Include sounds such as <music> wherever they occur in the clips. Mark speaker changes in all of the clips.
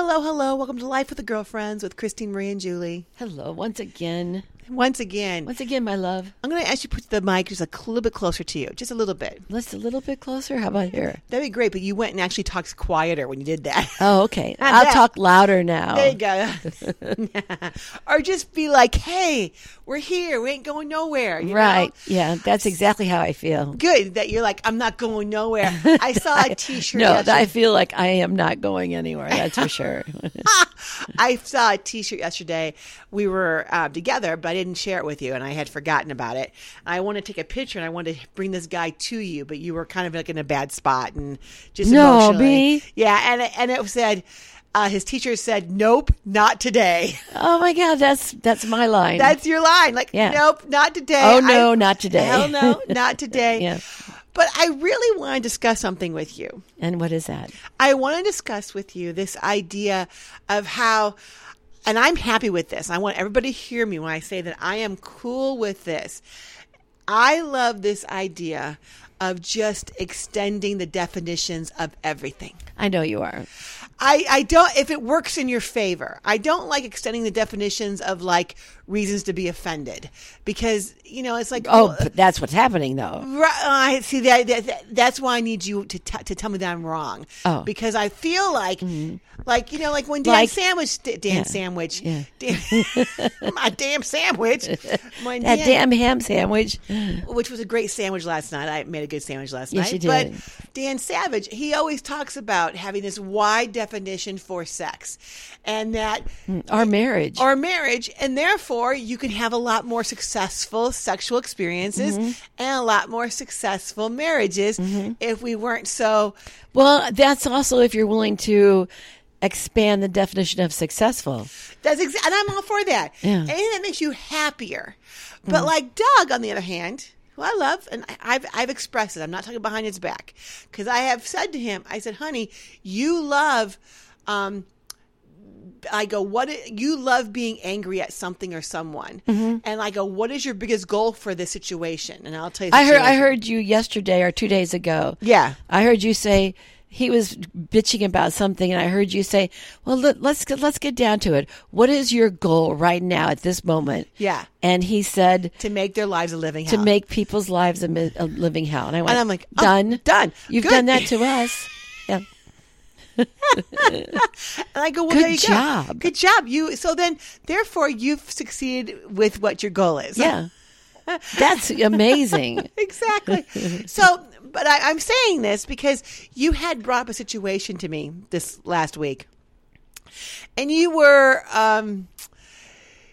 Speaker 1: Welcome to Life with the Girlfriends with Christine, Marie, and Julie.
Speaker 2: Hello, once again.
Speaker 1: Once again,
Speaker 2: Once again, my love.
Speaker 1: I'm going to ask you to put the mic just a little bit closer to you, just a little bit.
Speaker 2: Let's a little bit closer. How about here?
Speaker 1: That'd be great, but you went and actually talked quieter when you did that.
Speaker 2: Oh, okay.
Speaker 1: Not
Speaker 2: I'll
Speaker 1: that.
Speaker 2: talk louder
Speaker 1: <laughs>
Speaker 2: now.
Speaker 1: There you go. <laughs> or just be like, hey, we're here. We ain't going nowhere. you know?
Speaker 2: Right. Yeah, that's exactly how I feel.
Speaker 1: Good that you're like, I'm not going
Speaker 2: <laughs>
Speaker 1: nowhere. I saw a t shirt.
Speaker 2: No,
Speaker 1: yesterday.
Speaker 2: I feel like I am not going anywhere. That's for sure. <laughs>
Speaker 1: <laughs> I saw a T-shirt yesterday. We were uh, together, but I didn't share it with you, and I had forgotten about it. I want to take a picture, and I wanted to bring this guy to you, but you were kind of like in a bad spot and just
Speaker 2: No,
Speaker 1: emotionally.
Speaker 2: B.
Speaker 1: Yeah, and it- and it said uh, his teacher said, "Nope, not today." <laughs>
Speaker 2: oh my God, that's that's my line.
Speaker 1: That's your line, like,
Speaker 2: Yeah.
Speaker 1: "Nope, not today."
Speaker 2: Oh, no, not today.
Speaker 1: Hell no, not today.
Speaker 2: <laughs> Yeah.
Speaker 1: But I really want to discuss something with you.
Speaker 2: and what is that?
Speaker 1: I want to discuss with you this idea of how, and I'm happy with this. I want everybody to hear me when I say that I am cool with this. I love this idea of just extending the definitions of everything.
Speaker 2: I know you are.
Speaker 1: I, I don't, if it works in your favor, I don't like extending the definitions of like reasons to be offended because, you know, it's like,
Speaker 2: Oh,
Speaker 1: well,
Speaker 2: but that's what's happening though.
Speaker 1: Right, I see that, that, that- That's why I need you to t- to tell me that I'm wrong.
Speaker 2: Oh. Mm-hmm.
Speaker 1: because I feel like, like you know, like when Dan
Speaker 2: Like-
Speaker 1: Sandwich, D- Dan
Speaker 2: Yeah.
Speaker 1: Sandwich,
Speaker 2: Yeah.
Speaker 1: Dan, <laughs> my damn sandwich, my
Speaker 2: That
Speaker 1: Dan-
Speaker 2: damn ham sandwich.
Speaker 1: which was a great sandwich last night. I made a good sandwich last
Speaker 2: Yes,
Speaker 1: night.
Speaker 2: you
Speaker 1: But
Speaker 2: did.
Speaker 1: Dan Savage, he always talks about having this wide definition for sex, and that
Speaker 2: Our marriage.
Speaker 1: or marriage, and therefore you can have a lot more successful sexual experiences and a lot more successful marriages if we weren't so
Speaker 2: well, that's also if you're willing to expand the definition of successful.
Speaker 1: That's exa- and I'm all for that.
Speaker 2: Yeah. Mm-hmm.
Speaker 1: Anything that makes you happier. But like Doug, on the other hand, who I love, and I- I've I've expressed it. I'm not talking behind his back because I have said to him, I said, "Honey, you love." Um, I go, what i- you love being angry at something or someone,
Speaker 2: Mm-hmm.
Speaker 1: and I go, what is your biggest goal for this situation? And I'll tell you, the
Speaker 2: I heard I
Speaker 1: situation.
Speaker 2: heard you yesterday or two days ago.
Speaker 1: Yeah.
Speaker 2: I heard you say he was bitching about something, and I heard you say, "Well, let, let's get, let's get down to it. What is your goal right now at this moment?"
Speaker 1: Yeah.
Speaker 2: and he said
Speaker 1: to make their lives a living
Speaker 2: to
Speaker 1: hell.
Speaker 2: make people's lives a, mi- a living hell, and I went,
Speaker 1: And I'm like, oh,
Speaker 2: "Done,
Speaker 1: done.
Speaker 2: You've
Speaker 1: Good."
Speaker 2: done that to <laughs> us." Yeah,
Speaker 1: And I go, well,
Speaker 2: Good
Speaker 1: there you go.
Speaker 2: job.
Speaker 1: Good job. You so then therefore you've succeeded with what your goal is.
Speaker 2: yeah, that's <laughs> amazing.
Speaker 1: <laughs> exactly. So, but I, I'm saying this because you had brought up a situation to me this last week, and you were, um,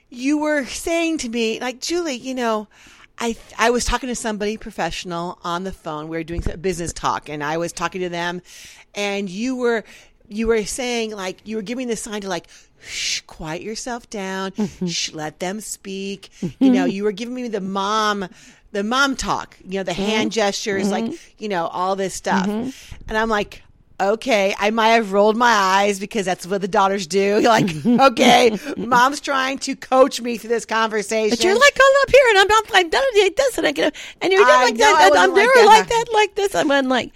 Speaker 1: you were saying to me, like Julie, you know. I, I was talking to somebody professional on the phone. We were doing a business talk, and I was talking to them, and you were you were saying like you were giving the sign to like shh, quiet yourself down, shh, let them speak. You know, you were giving me the mom the mom talk, you know, the hand gestures, like, you know, all this stuff. And I'm like, okay, I might have rolled my eyes because that's what the daughters do. <laughs>
Speaker 2: <laughs>
Speaker 1: Like, okay, mom's trying to coach me through this conversation.
Speaker 2: But you're like all up here, and I'm not like done it this, and I get and you're
Speaker 1: I
Speaker 2: not like
Speaker 1: know I
Speaker 2: that. and I'm
Speaker 1: wasn't like
Speaker 2: never like
Speaker 1: that.
Speaker 2: that, like this. I'm I'm like,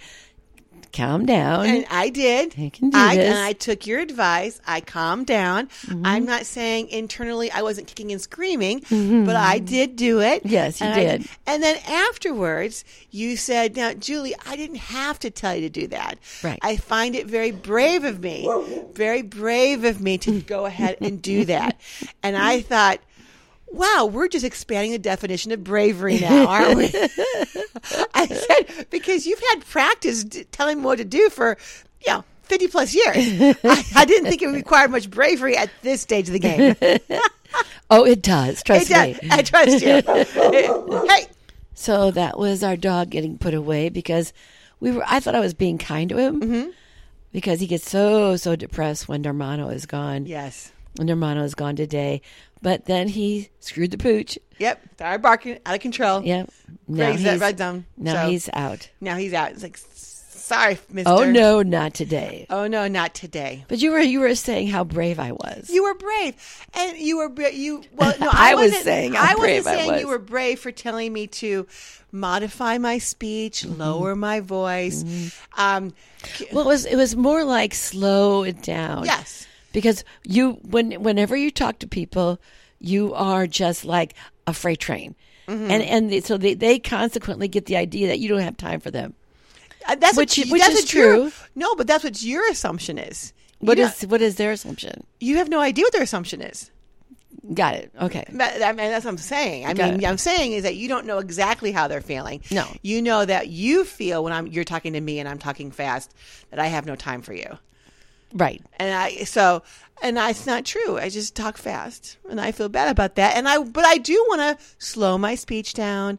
Speaker 2: calm down.
Speaker 1: and I did.
Speaker 2: You can do
Speaker 1: I,
Speaker 2: this. Mm-hmm.
Speaker 1: And I took your advice. I calmed down. I'm not saying internally I wasn't kicking and screaming, but I did do it.
Speaker 2: Mm-hmm. Yes, you
Speaker 1: And I
Speaker 2: did.
Speaker 1: and then afterwards, you said, "Now, Julie, I didn't have to tell you to do that.
Speaker 2: Right.
Speaker 1: I find it very brave of me, very brave of me to go ahead and do that." And I thought. Wow, we're just expanding the definition of bravery now, aren't we? I said because you've had practice d- telling me what to do for, you know, fifty plus years. I, I didn't think it required much bravery at this stage of the game.
Speaker 2: oh, it does. Trust
Speaker 1: It does.
Speaker 2: me.
Speaker 1: I trust you. hey,
Speaker 2: So that was our dog getting put away because we were. I thought I was being kind to him
Speaker 1: Mm-hmm.
Speaker 2: because he gets so so depressed when Normano is gone.
Speaker 1: yes,
Speaker 2: and Normano is gone today, but then he screwed the pooch.
Speaker 1: yep. Sorry, barking out of control.
Speaker 2: Yeah, now
Speaker 1: Greg's that right down.
Speaker 2: Now
Speaker 1: So-
Speaker 2: he's out.
Speaker 1: Now he's out. It's like, sorry, Mister.
Speaker 2: Oh no, not today.
Speaker 1: Oh no, not today.
Speaker 2: But you were you were saying how brave I was.
Speaker 1: You were brave, and you were bra- you. Well,
Speaker 2: <laughs>
Speaker 1: no, I,
Speaker 2: I was
Speaker 1: wasn't-
Speaker 2: saying how
Speaker 1: I wasn't
Speaker 2: brave I
Speaker 1: saying you were
Speaker 2: was.
Speaker 1: brave for telling me to modify my speech,
Speaker 2: Mm-hmm.
Speaker 1: lower my voice. Um,
Speaker 2: Well, it was it was more like slow it down.
Speaker 1: yes,
Speaker 2: because you when whenever you talk to people, you are just like a freight train,
Speaker 1: Mm-hmm.
Speaker 2: and and they, so they they consequently get the idea that you don't have time for them.
Speaker 1: Uh, That's
Speaker 2: Which-
Speaker 1: what, you-
Speaker 2: which
Speaker 1: that's
Speaker 2: is
Speaker 1: what your-
Speaker 2: true.
Speaker 1: No, but that's what your assumption is.
Speaker 2: What
Speaker 1: you
Speaker 2: is what is their assumption?
Speaker 1: you have no idea what their assumption is.
Speaker 2: Got it. Okay.
Speaker 1: That, I mean, that's what I'm saying. I
Speaker 2: Got
Speaker 1: mean,
Speaker 2: it.
Speaker 1: I'm saying is that you don't know exactly how they're feeling.
Speaker 2: No.
Speaker 1: you know that you feel when I'm you're talking to me and I'm talking fast that I have no time for you.
Speaker 2: Right.
Speaker 1: And I so and I, it's not true. I just talk fast, and I feel bad about that. And I but I do want to slow my speech down.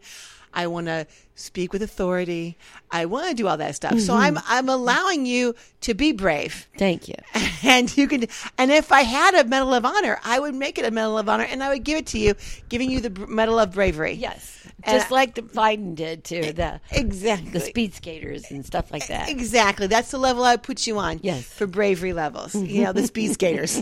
Speaker 1: I want to speak with authority. I want to do all that stuff. So
Speaker 2: Mm-hmm.
Speaker 1: I'm I'm allowing you to be brave
Speaker 2: Thank
Speaker 1: <laughs>
Speaker 2: you.
Speaker 1: and you can and if i had a medal of honor i would make it a medal of honor and i would give it to you giving you the br- medal of bravery
Speaker 2: Yes.
Speaker 1: And
Speaker 2: Just
Speaker 1: I-
Speaker 2: like the Biden did to the
Speaker 1: exactly
Speaker 2: the speed skaters and stuff like that.
Speaker 1: exactly that's the level i would put you on
Speaker 2: Yes.
Speaker 1: for bravery levels you know the
Speaker 2: <laughs>
Speaker 1: speed skaters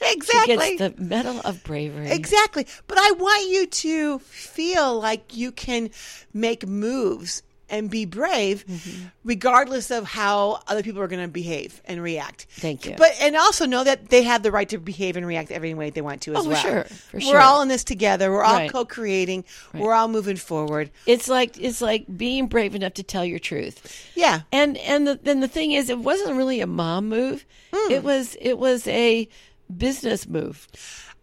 Speaker 2: She
Speaker 1: exactly
Speaker 2: gets the Medal of Bravery.
Speaker 1: Exactly. But I want you to feel like you can make moves and be brave
Speaker 2: Mm-hmm.
Speaker 1: regardless of how other people are going to behave and react.
Speaker 2: Thank you.
Speaker 1: But and also know that they have the right to behave and react every way they want to as
Speaker 2: Oh, for
Speaker 1: well.
Speaker 2: sure. For
Speaker 1: We're
Speaker 2: sure.
Speaker 1: all in this together. We're all
Speaker 2: Right.
Speaker 1: co-creating. We're all moving forward.
Speaker 2: It's like it's like being brave enough to tell your truth.
Speaker 1: Yeah.
Speaker 2: And and the, then the thing is, it wasn't really a mom move.
Speaker 1: Hmm.
Speaker 2: It was it was a business move.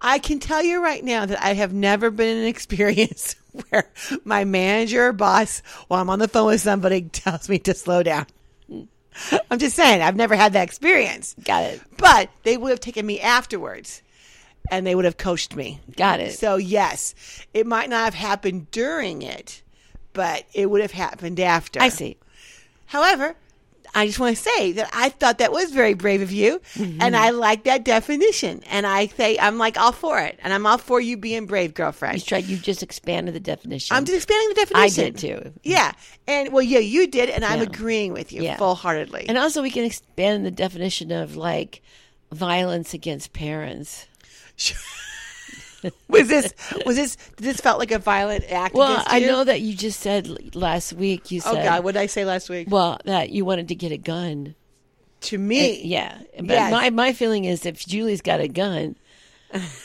Speaker 1: I can tell you right now that I have never been in an <laughs> experience where my manager or boss, while I'm on the phone with somebody, <laughs> tells me to slow down. I'm just saying, I've never had that experience.
Speaker 2: Got it.
Speaker 1: But they would have taken me afterwards and they would have coached me.
Speaker 2: Got it.
Speaker 1: So, yes, it might not have happened during it, but it would have happened after.
Speaker 2: I see.
Speaker 1: However, I just want to say that I thought that was very brave of you,
Speaker 2: Mm-hmm.
Speaker 1: and I like that definition. And I say I'm like all for it, and I'm all for you being brave,
Speaker 2: You
Speaker 1: girlfriend.
Speaker 2: tried. You just expanded the definition.
Speaker 1: I'm just expanding the
Speaker 2: I
Speaker 1: definition.
Speaker 2: did too.
Speaker 1: Yeah, and well, yeah, you did, and I'm
Speaker 2: Yeah.
Speaker 1: agreeing with you
Speaker 2: Yeah.
Speaker 1: full heartedly.
Speaker 2: And also, we can expand the definition of like violence against parents.
Speaker 1: was this was this this felt like a violent act?
Speaker 2: Well,
Speaker 1: against
Speaker 2: I
Speaker 1: you?
Speaker 2: know that you just said l- last week. You
Speaker 1: Oh
Speaker 2: said,
Speaker 1: God, what did I say last week?
Speaker 2: well, that you wanted to get a gun.
Speaker 1: to me,
Speaker 2: Yeah, but
Speaker 1: Yes.
Speaker 2: my my feeling is if Julie's got a gun,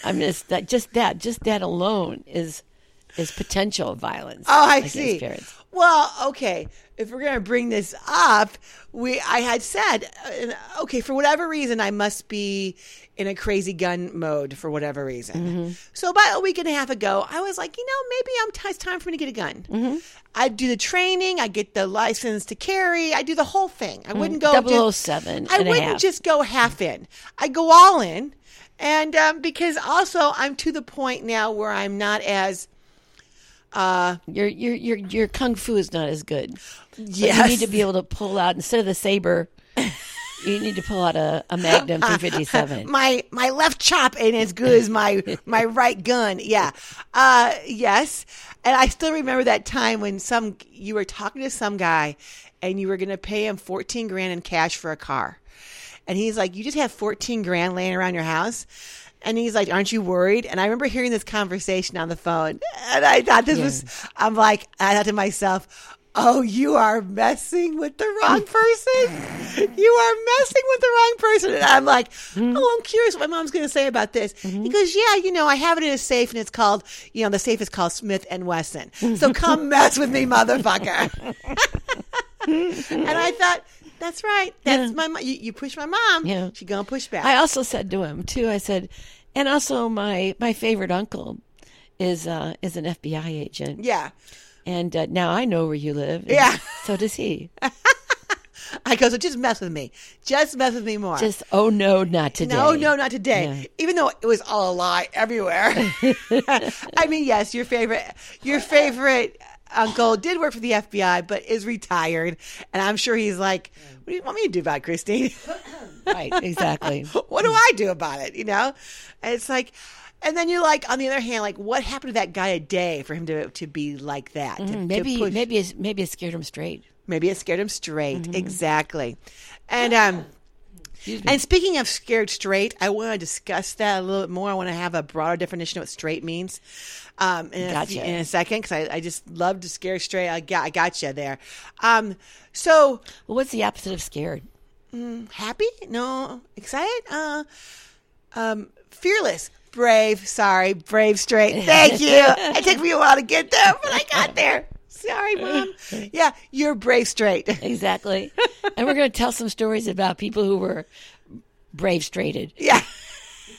Speaker 2: I'm just that just that just that alone is is potential violence.
Speaker 1: Oh, I
Speaker 2: against
Speaker 1: see.
Speaker 2: Parents.
Speaker 1: Well, okay. If we're gonna bring this up, we I had said, uh, and, okay, for whatever reason, I must be in a crazy gun mode for whatever reason.
Speaker 2: Mm-hmm.
Speaker 1: So about a week and a half ago, I was like, you know, maybe I'm t- it's time for me to get a gun.
Speaker 2: Mm-hmm.
Speaker 1: I do the training, I get the license to carry, I do the whole thing.
Speaker 2: Mm-hmm.
Speaker 1: I wouldn't go do-
Speaker 2: 007
Speaker 1: I
Speaker 2: and a
Speaker 1: wouldn't
Speaker 2: half.
Speaker 1: just go half in. I go all in, and um, because also I'm to the point now where I'm not as
Speaker 2: Your your your your kung fu is not as good. But
Speaker 1: yes.
Speaker 2: you need to be able to pull out instead of the saber. you need to pull out a,
Speaker 1: <laughs>
Speaker 2: a Magnum 357.
Speaker 1: my my left chop ain't as good as my my right gun. Yeah, uh, yes. And I still remember that time when some you were talking to some guy, and you were going to pay him fourteen grand in cash for a car, and he's like, "You just have fourteen grand laying around your house." And he's like, "Aren't you worried?" And I remember hearing this conversation on the phone, and I thought this was. I'm like, I thought to myself, Oh, you are messing with the wrong person. You are messing with the wrong person. And I'm like,
Speaker 2: Mm-hmm.
Speaker 1: oh, I'm curious what my mom's going to say about this. He goes, yeah, you know, I have it in a safe and it's called, you know, the safe is called Smith and Wesson.
Speaker 2: <laughs>
Speaker 1: So come mess with me, motherfucker. and I thought, that's right. That's my mom. You, you push my mom.
Speaker 2: Yeah.
Speaker 1: She going to push back.
Speaker 2: I also said to him too. I said, and also my my favorite uncle is uh is an FBI agent.
Speaker 1: yeah.
Speaker 2: And uh, now I know where you live. and
Speaker 1: Yeah.
Speaker 2: So does he.
Speaker 1: I go, so just mess with me. Just mess with me more.
Speaker 2: Just oh no, not today.
Speaker 1: No, no, not today. Even though it was all a lie
Speaker 2: <laughs>
Speaker 1: everywhere. <laughs> I mean, yes, your favorite, your favorite uncle did work for the FBI, but is retired, and I'm sure he's like, "What do you want me to do about it, Christine? <laughs>
Speaker 2: Right, exactly.
Speaker 1: what do I do about it?" You know, and it's like. And then you're like, on the other hand, like, what happened to that guy a day for him to, to be like that? to- to
Speaker 2: Mm-hmm. maybe
Speaker 1: push-
Speaker 2: maybe it's, maybe it scared him straight.
Speaker 1: maybe it scared him straight. Exactly.
Speaker 2: <gasps>
Speaker 1: And um,
Speaker 2: Mm-hmm. Excuse me.
Speaker 1: And speaking of scared straight, I want to discuss that a little bit more. I want to have a broader definition of what straight means um, in, a, few-
Speaker 2: Gotcha.
Speaker 1: in a second because I, I just love to scare straight. I got, I got you there. Um, so
Speaker 2: well, what's the opposite of scared?
Speaker 1: happy? No, excited? Uh, um, fearless, brave. Sorry, brave straight. Thank you. it took me a while to get there, but I got there. Sorry,
Speaker 2: <laughs>
Speaker 1: mom. Yeah, you're brave straight.
Speaker 2: Exactly. and we're going to tell some stories about people who were brave straighted.
Speaker 1: Yeah. <laughs>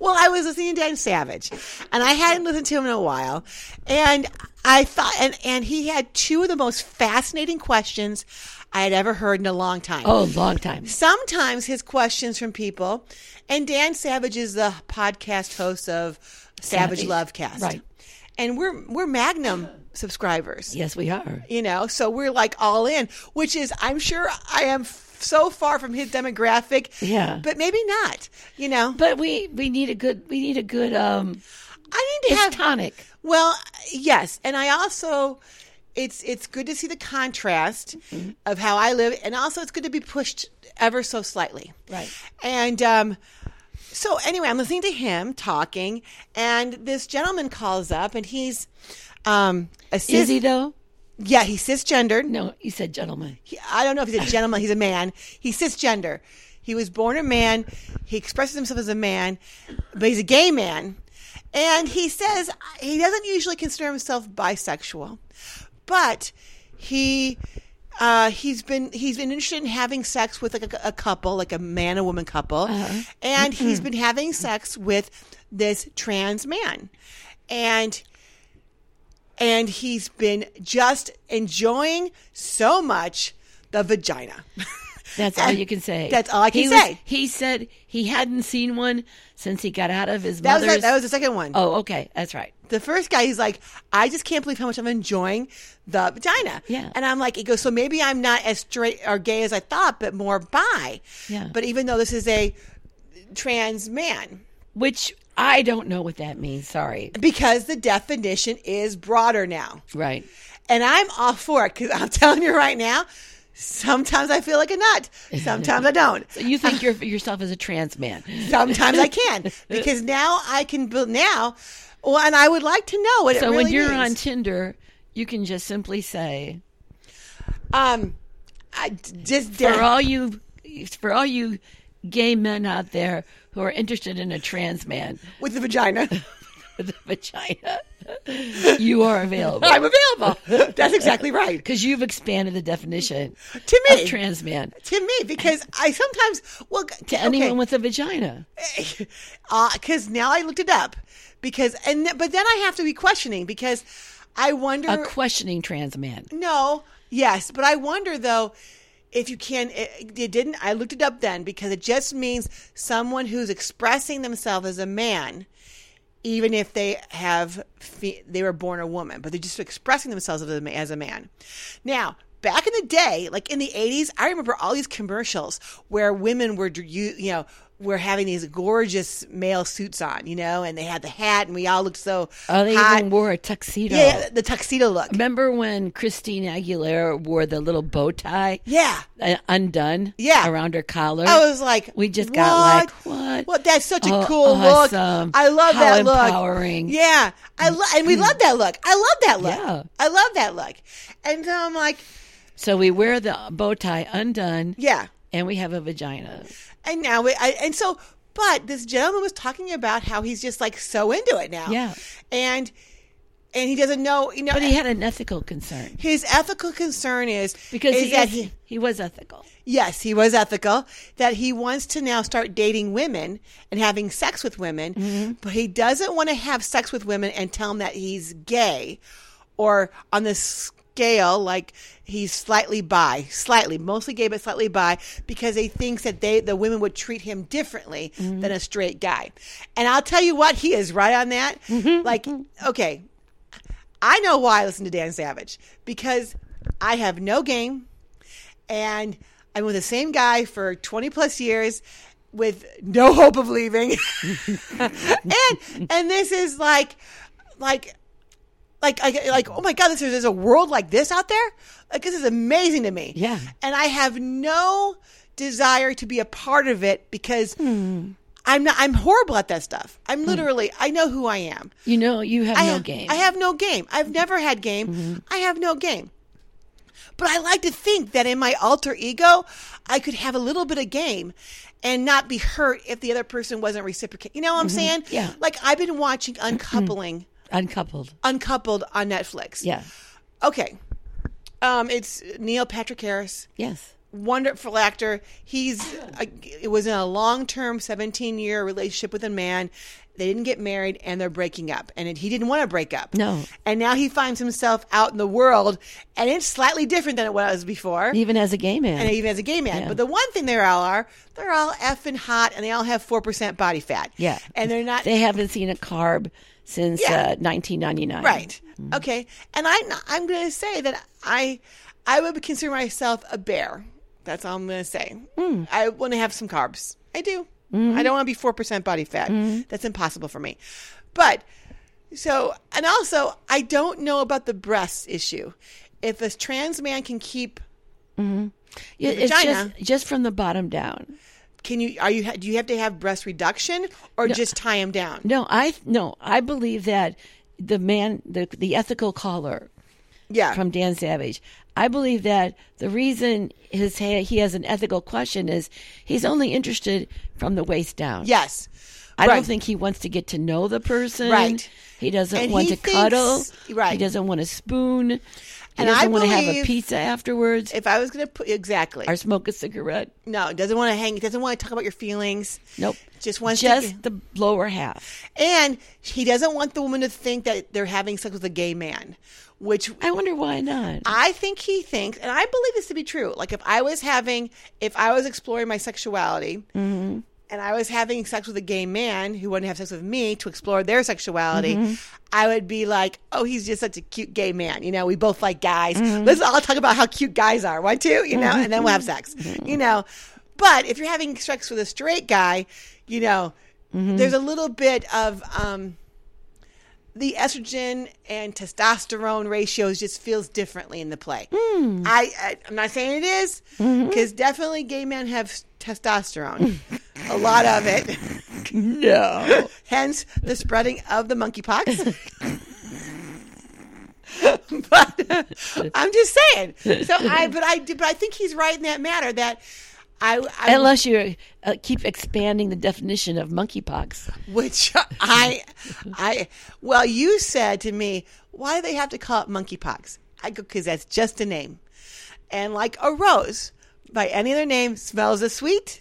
Speaker 1: well, I was listening to Dan Savage, and I hadn't listened to him in a while, and I thought, and and he had two of the most fascinating questions I had ever heard in a long time.
Speaker 2: Oh, long time.
Speaker 1: Sometimes his questions from people, and Dan Savage is the podcast host of Savage,
Speaker 2: Savage,
Speaker 1: Lovecast,
Speaker 2: right.
Speaker 1: And we're we're
Speaker 2: <clears throat>
Speaker 1: Magnum subscribers
Speaker 2: Yes, we are.
Speaker 1: you know so we're like all in which is i'm sure i am f- so far from his demographic
Speaker 2: Yeah.
Speaker 1: but maybe not you know
Speaker 2: But we we need a good we need a good um
Speaker 1: i need to
Speaker 2: it's
Speaker 1: have
Speaker 2: tonic.
Speaker 1: well yes and i also it's it's good to see the contrast
Speaker 2: Mm-hmm.
Speaker 1: of how i live and also it's good to be pushed ever so slightly
Speaker 2: Right.
Speaker 1: and um so anyway i'm listening to him talking and this gentleman calls up and he's um a cis-
Speaker 2: Is he though?
Speaker 1: yeah he's cisgendered
Speaker 2: No, you said gentleman.
Speaker 1: he- I don't know if he's a gentleman. He's a man. He's cisgender. He was born a man. He expresses himself as a man, but he's a gay man. And he says he doesn't usually consider himself bisexual, but he uh, he's been he's been interested in having sex with like a, a couple, like a man and woman couple, and he's been having sex with this trans man, and and he's been just enjoying so much the vagina.
Speaker 2: That's all you can say.
Speaker 1: <laughs> That's all I can
Speaker 2: he
Speaker 1: say.
Speaker 2: he said he hadn't seen one since he got out of his
Speaker 1: That was
Speaker 2: mother's.
Speaker 1: the, that was the second one.
Speaker 2: oh, okay, that's right.
Speaker 1: The first guy, he's like, I just can't believe how much I'm enjoying the vagina.
Speaker 2: Yeah.
Speaker 1: And I'm like, it goes, so maybe I'm not as straight or gay as I thought, but more bi.
Speaker 2: Yeah.
Speaker 1: But even though this is a trans man,
Speaker 2: Which I don't know what that means. Sorry.
Speaker 1: because the definition is broader now.
Speaker 2: Right.
Speaker 1: And I'm all for it because <laughs> I'm telling you right now, sometimes I feel like a nut, sometimes I
Speaker 2: <laughs>
Speaker 1: don't.
Speaker 2: You think you're, yourself as a trans man.
Speaker 1: Sometimes
Speaker 2: <laughs>
Speaker 1: I can because now I can build now. Well, and I would like to know what it
Speaker 2: So
Speaker 1: really
Speaker 2: when you're on
Speaker 1: means.
Speaker 2: Tinder, you can just simply say,
Speaker 1: on, um, I d- just
Speaker 2: for
Speaker 1: dare-
Speaker 2: all you, for all you gay men out there who are interested in a trans man
Speaker 1: with the
Speaker 2: <laughs>
Speaker 1: vagina,
Speaker 2: with a vagina, you are available
Speaker 1: I'm available. That's exactly right
Speaker 2: because you've expanded the definition
Speaker 1: to me.
Speaker 2: of trans man
Speaker 1: to me, because I sometimes well to
Speaker 2: anyone with a vagina.
Speaker 1: <laughs> because now I looked it up because and th- but then I have to be questioning because I wonder
Speaker 2: A questioning trans man.
Speaker 1: No. Yes, but I wonder though if you can. It, it didn't. I looked it up then because it just means someone who's expressing themselves as a man, even if they have fe- they were born a woman, but they're just expressing themselves as a, ma- as a man. Now. Back in the day, like in the '80s, I remember all these commercials where women were, dr- you, you know, were having these gorgeous male suits on, you know, and they had the hat, and we all looked so
Speaker 2: Oh, they
Speaker 1: hot.
Speaker 2: even wore a tuxedo.
Speaker 1: yeah, the tuxedo look.
Speaker 2: Remember when Christine Aguilera wore the little bow tie
Speaker 1: Yeah,
Speaker 2: uh, undone
Speaker 1: Yeah.
Speaker 2: around her collar?
Speaker 1: I was like,
Speaker 2: We just got like, what?
Speaker 1: Well, that's such a
Speaker 2: Oh,
Speaker 1: cool
Speaker 2: awesome.
Speaker 1: look. I love
Speaker 2: How
Speaker 1: that look.
Speaker 2: empowering. Mm.
Speaker 1: Yeah, I lo- and we love that look. I love that look.
Speaker 2: Yeah.
Speaker 1: I love that look. And so I'm like,
Speaker 2: So we wear the bow tie undone
Speaker 1: yeah.
Speaker 2: and we have a vagina.
Speaker 1: And now, we, I, and so, but this gentleman was talking about how he's just like so into it now.
Speaker 2: Yeah.
Speaker 1: and and he doesn't know, you know.
Speaker 2: But he had an ethical concern
Speaker 1: his ethical concern is
Speaker 2: because
Speaker 1: is
Speaker 2: he,
Speaker 1: that
Speaker 2: is- he, was ethical.
Speaker 1: Yes, he was ethical. That he wants to now start dating women and having sex with women, but he doesn't want to have sex with women and tell them that he's gay or on the scale like he's slightly bi, slightly, mostly gay but slightly bi because he thinks that they the women would treat him differently than a straight guy. And I'll tell you what, he is right on that. Like, okay, I know why I listen to Dan Savage because I have no game and I'm with the same guy for 20 plus years with no hope of leaving. <laughs> and and this is like like like like, like oh my god this is, there's a world like this out there? Like this is amazing to me.
Speaker 2: Yeah.
Speaker 1: And I have no desire to be a part of it because I'm not I'm horrible at that stuff. I'm literally I know who I am.
Speaker 2: You know, you have
Speaker 1: I
Speaker 2: no
Speaker 1: have,
Speaker 2: game. Mm-hmm.
Speaker 1: I have no game. I've never had game. I have no game. But I like to think that in my alter ego, I could have a little bit of game and not be hurt if the other person wasn't reciprocating. You know what I'm saying?
Speaker 2: Mm-hmm. Yeah.
Speaker 1: Like I've been watching Uncoupling,
Speaker 2: Uncoupled.
Speaker 1: Uncoupled on Netflix.
Speaker 2: Yeah.
Speaker 1: Okay. Um, it's Neil Patrick Harris
Speaker 2: Yes.
Speaker 1: wonderful actor. He's a, it was in a long term, seventeen year relationship with a man. They didn't get married, and they're breaking up. And he didn't want to break up.
Speaker 2: No.
Speaker 1: And now he finds himself out in the world, and it's slightly different than it was before.
Speaker 2: Even as a gay man.
Speaker 1: And even as a gay man,
Speaker 2: Yeah.
Speaker 1: but the one thing they all are, they're all effing hot, and they all have four percent body fat.
Speaker 2: yeah.
Speaker 1: and they're not
Speaker 2: They haven't seen a carb since
Speaker 1: Yeah.
Speaker 2: uh, 1999.
Speaker 1: Right.
Speaker 2: Mm-hmm.
Speaker 1: Okay. And I'm not- I'm going to say that I I would consider myself a bear. That's all I'm going to say.
Speaker 2: Mm.
Speaker 1: I want to have some carbs. I do.
Speaker 2: Mm-hmm.
Speaker 1: I don't want to be four percent body fat. That's impossible for me. But so and also I don't know about the breast issue. If a trans man can keep,
Speaker 2: Yeah, It's
Speaker 1: vagina.
Speaker 2: just, just from the bottom down.
Speaker 1: can you are you do you have to have breast reduction or just tie him down?
Speaker 2: No, I no, I believe that the man, the the ethical caller
Speaker 1: yeah.
Speaker 2: uh, from Dan Savage. I believe that the reason his ha- he has an ethical question is he's only interested from the waist down.
Speaker 1: yes.
Speaker 2: I
Speaker 1: Right.
Speaker 2: don't think he wants to get to know the person.
Speaker 1: Right.
Speaker 2: He doesn't
Speaker 1: And
Speaker 2: want
Speaker 1: he
Speaker 2: to cuddle.
Speaker 1: thinks- right.
Speaker 2: He doesn't want to spoon. He
Speaker 1: And I
Speaker 2: doesn't want to have a
Speaker 1: believe-
Speaker 2: pizza afterwards
Speaker 1: if I was going to put exactly
Speaker 2: or smoke a cigarette.
Speaker 1: no, doesn't want to hang. Doesn't want to talk about your feelings.
Speaker 2: Nope.
Speaker 1: Just wants to-
Speaker 2: just the lower half.
Speaker 1: And he doesn't want the woman to think that they're having sex with a gay man, which
Speaker 2: I wonder why not.
Speaker 1: I think he thinks, and I believe this to be true. Like if I was having, if I was exploring my sexuality, and I was having sex with a gay man who wanted to have sex with me to explore their sexuality, I would be like, "Oh, he's just such a cute gay man." You know, we both like guys. Let's all talk about how cute guys are. Why too? You know, and then we'll have sex. You know, but if you're having sex with a straight guy, you know, there's a little bit of. um the estrogen and testosterone ratios just feels differently in the play. I, I I'm not saying it is because definitely gay men have s- testosterone, a lot of it.
Speaker 2: no.
Speaker 1: Hence the spreading of the monkeypox. <laughs> but I'm just saying. So I but I do- but I think he's right in that matter that. I, I
Speaker 2: Unless you uh, keep expanding the definition of monkeypox.
Speaker 1: which <laughs> I, I, well, you said to me, why do they have to call it monkeypox? I go, because that's just a name. And like a rose, by any other name, smells as sweet.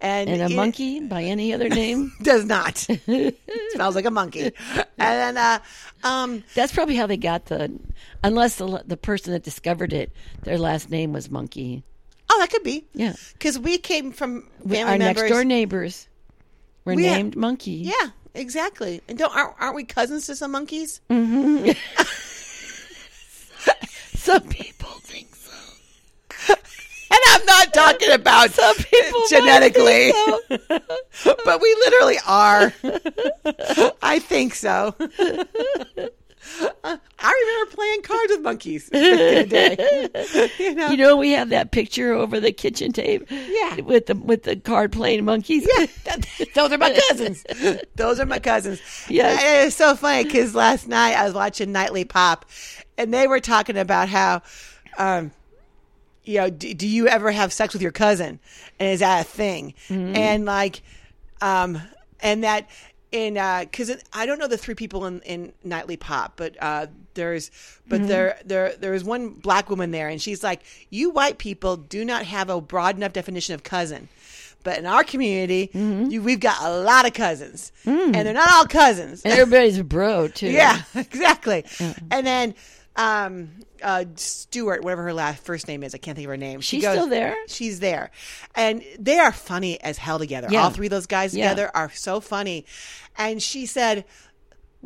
Speaker 1: And,
Speaker 2: And a
Speaker 1: it
Speaker 2: monkey by any other name.
Speaker 1: does
Speaker 2: <laughs>
Speaker 1: not. smells like a monkey. And then, uh, um,
Speaker 2: That's probably how they got the, unless the the person that discovered it, their last name was Monkey.
Speaker 1: oh, that could be.
Speaker 2: Yeah.
Speaker 1: Because we came from family
Speaker 2: Our
Speaker 1: members.
Speaker 2: next door neighbors were
Speaker 1: We had-
Speaker 2: named Monkey. Yeah.
Speaker 1: Yeah, exactly. And don't, aren't, aren't we cousins to some monkeys?
Speaker 2: <laughs> Mm. Some people think so.
Speaker 1: And I'm not talking about some
Speaker 2: people might
Speaker 1: genetically. but we literally are. I think so. I remember playing cards with monkeys. <laughs> back in the day. <laughs> you know?
Speaker 2: You know, we have that picture over the kitchen table.
Speaker 1: Yeah.
Speaker 2: With the with the card playing monkeys. <laughs>
Speaker 1: Yeah, that- those are my cousins. Those are my cousins.
Speaker 2: Yes.
Speaker 1: And it's so funny because last night I was watching Nightly Pop, and they were talking about how, um, you know, do, do you ever have sex with your cousin, and is that a thing? And like, um, and that in because I don't know the three people in, in Nightly Pop, but uh, there's but there there there was one black woman there, and she's like, you white people do not have a broad enough definition of cousin. But in our community, you, we've got a lot of cousins, and they're not all cousins.
Speaker 2: And everybody's a bro too.
Speaker 1: Yeah, <laughs> exactly. And then um, uh, Stuart, whatever her last first name is, I can't think of her name. She
Speaker 2: She's still there?
Speaker 1: She's there, and they are funny as hell together.
Speaker 2: Yeah.
Speaker 1: All three of those guys
Speaker 2: Yeah.
Speaker 1: together are so funny. And she said.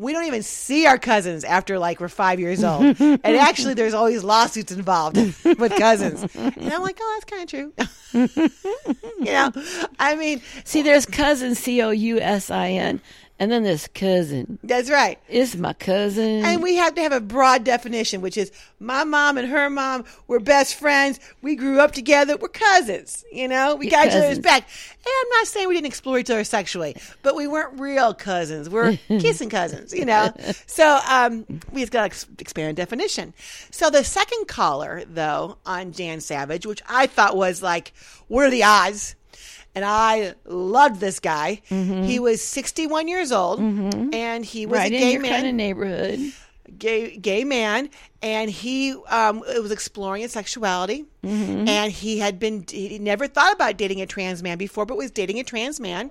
Speaker 1: We don't even see our cousins after like we're five
Speaker 2: <laughs>
Speaker 1: years old, and actually, there's always lawsuits involved <laughs> with cousins. And I'm like, oh, that's kind of true. <laughs> you know, I mean,
Speaker 2: See, there's cousin C O U S I N, And then this cousin
Speaker 1: That's right.
Speaker 2: is my cousin.
Speaker 1: And we have to have a broad definition, which is my mom and her mom were best friends. We grew up together. We're cousins. You know, we got each other's
Speaker 2: cousins.
Speaker 1: back. And I'm not saying we didn't explore each other sexually, but we weren't real cousins. We're
Speaker 2: <laughs>
Speaker 1: kissing cousins. You know, so um, we just got to ex- expand definition. So the second caller, though, on Jan Savage, which I thought was like, what are the odds? And I loved this guy. He was 61 years old, and he was
Speaker 2: Mm-hmm. right
Speaker 1: a
Speaker 2: in
Speaker 1: gay
Speaker 2: your
Speaker 1: man
Speaker 2: kind of neighborhood.
Speaker 1: gay gay man, and he um, was exploring his sexuality, and he had been he never thought about dating a trans man before, but was dating a trans man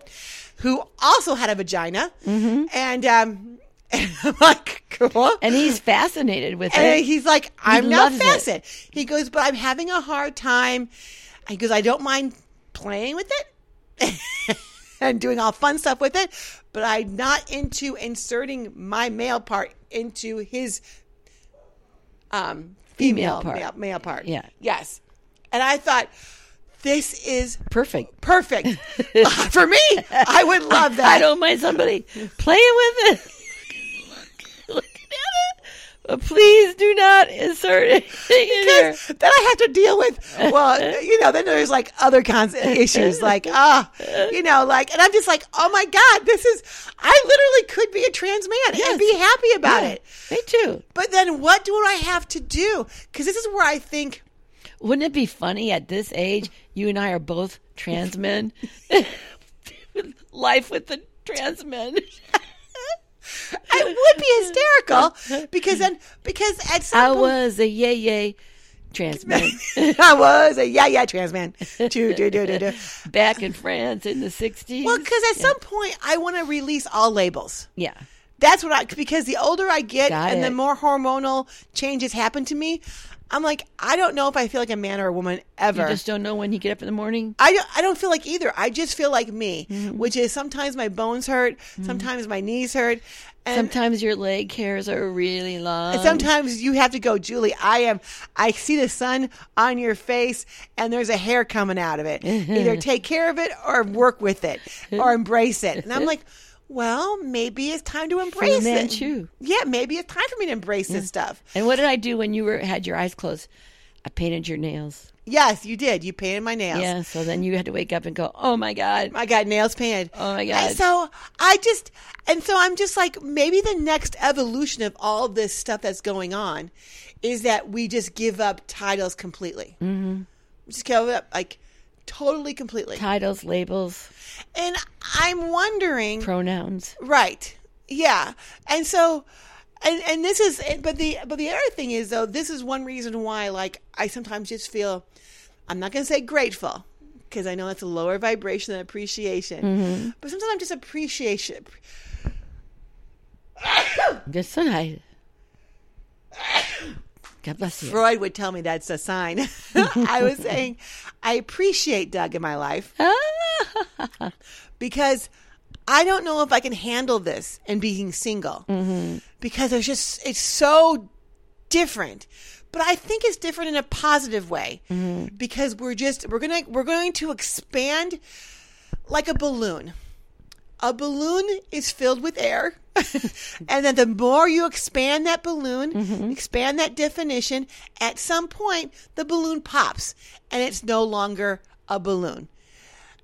Speaker 1: who also had a vagina, and um, <laughs> and I'm like cool.
Speaker 2: And he's fascinated with
Speaker 1: And
Speaker 2: it.
Speaker 1: he's like, I'm not
Speaker 2: loves it.
Speaker 1: facet. He goes, but I'm having a hard time. He goes, I don't mind playing with it <laughs> and doing all fun stuff with it, but I'm not into inserting my male part into his um, female,
Speaker 2: Female part.
Speaker 1: Male, male part.
Speaker 2: Yeah.
Speaker 1: Yes. And I thought, this is
Speaker 2: Perfect.
Speaker 1: perfect
Speaker 2: <laughs>
Speaker 1: <laughs> for me. I would love that.
Speaker 2: I don't mind somebody playing with it. <laughs> Looking at it. But please do not insert it in
Speaker 1: <laughs>
Speaker 2: there.
Speaker 1: because then I have to deal with well, you know, then there's like other kinds of issues, like ah, you know, like, and I'm just like, oh my god, this is I literally could be a trans man and be happy about
Speaker 2: Yeah,
Speaker 1: it.
Speaker 2: Me too.
Speaker 1: But then what do I have to do? Because this is where I think
Speaker 2: Wouldn't it be funny at this age? You and I are both trans men. <laughs> Life with the trans men.
Speaker 1: it would be
Speaker 2: <laughs>
Speaker 1: hysterical because then because at some
Speaker 2: <laughs> I <laughs>
Speaker 1: point
Speaker 2: was a yay yay <laughs> trans man
Speaker 1: <laughs> I was a yeah yeah trans man. Do do do do
Speaker 2: <laughs>
Speaker 1: do.
Speaker 2: back in France in the sixties.
Speaker 1: Well, because at some point I want to release all labels.
Speaker 2: yeah,
Speaker 1: That's what I because the older I get
Speaker 2: Got
Speaker 1: and the
Speaker 2: it.
Speaker 1: more hormonal changes happen to me, I'm like I don't know if I feel like a man or a woman
Speaker 2: you
Speaker 1: ever.
Speaker 2: just don't know when you get up in the morning.
Speaker 1: I don't, I don't feel like either. I just feel like me,
Speaker 2: Mm-hmm.
Speaker 1: which is sometimes my bones hurt, sometimes my knees hurt, and
Speaker 2: Sometimes your leg hairs are really long.
Speaker 1: sometimes you have to go, Julie. I am. I see the sun on your face, and there's a hair coming out of it. Either take care of it, or work with it, or embrace it. And I'm like, well, maybe it's time to embrace
Speaker 2: Manchu.
Speaker 1: it. Yeah, maybe it's time for me to embrace this stuff.
Speaker 2: And what did I do when you were had your eyes closed? I painted your nails.
Speaker 1: Yes, you did. You painted my nails.
Speaker 2: Yeah. So then you had to wake up and go, "Oh my god,
Speaker 1: I got nails painted.
Speaker 2: Oh, my
Speaker 1: And
Speaker 2: God.
Speaker 1: so I just and so I'm just like maybe the next evolution of all of this stuff that's going on is that we just give up titles completely. Mm-hmm. Just give up like totally completely.
Speaker 2: titles, labels,
Speaker 1: And I'm wondering
Speaker 2: pronouns."
Speaker 1: Right. Yeah. And so and and this is but the but the other thing is though this is one reason why like I sometimes just feel I'm not going to say grateful because I know that's a lower vibration than appreciation. But sometimes I'm just appreciation
Speaker 2: Good night. God bless you.
Speaker 1: Freud would tell me that's a sign. I was saying I appreciate Doug in my life because I don't know if I can handle this and being single because there's just it's so different. But I think it's different in a positive way because we're just we're gonna we're going to expand like a balloon. A balloon is filled with air. <laughs> and then the more you expand that balloon, expand that definition, at some point the balloon pops and it's no longer a balloon.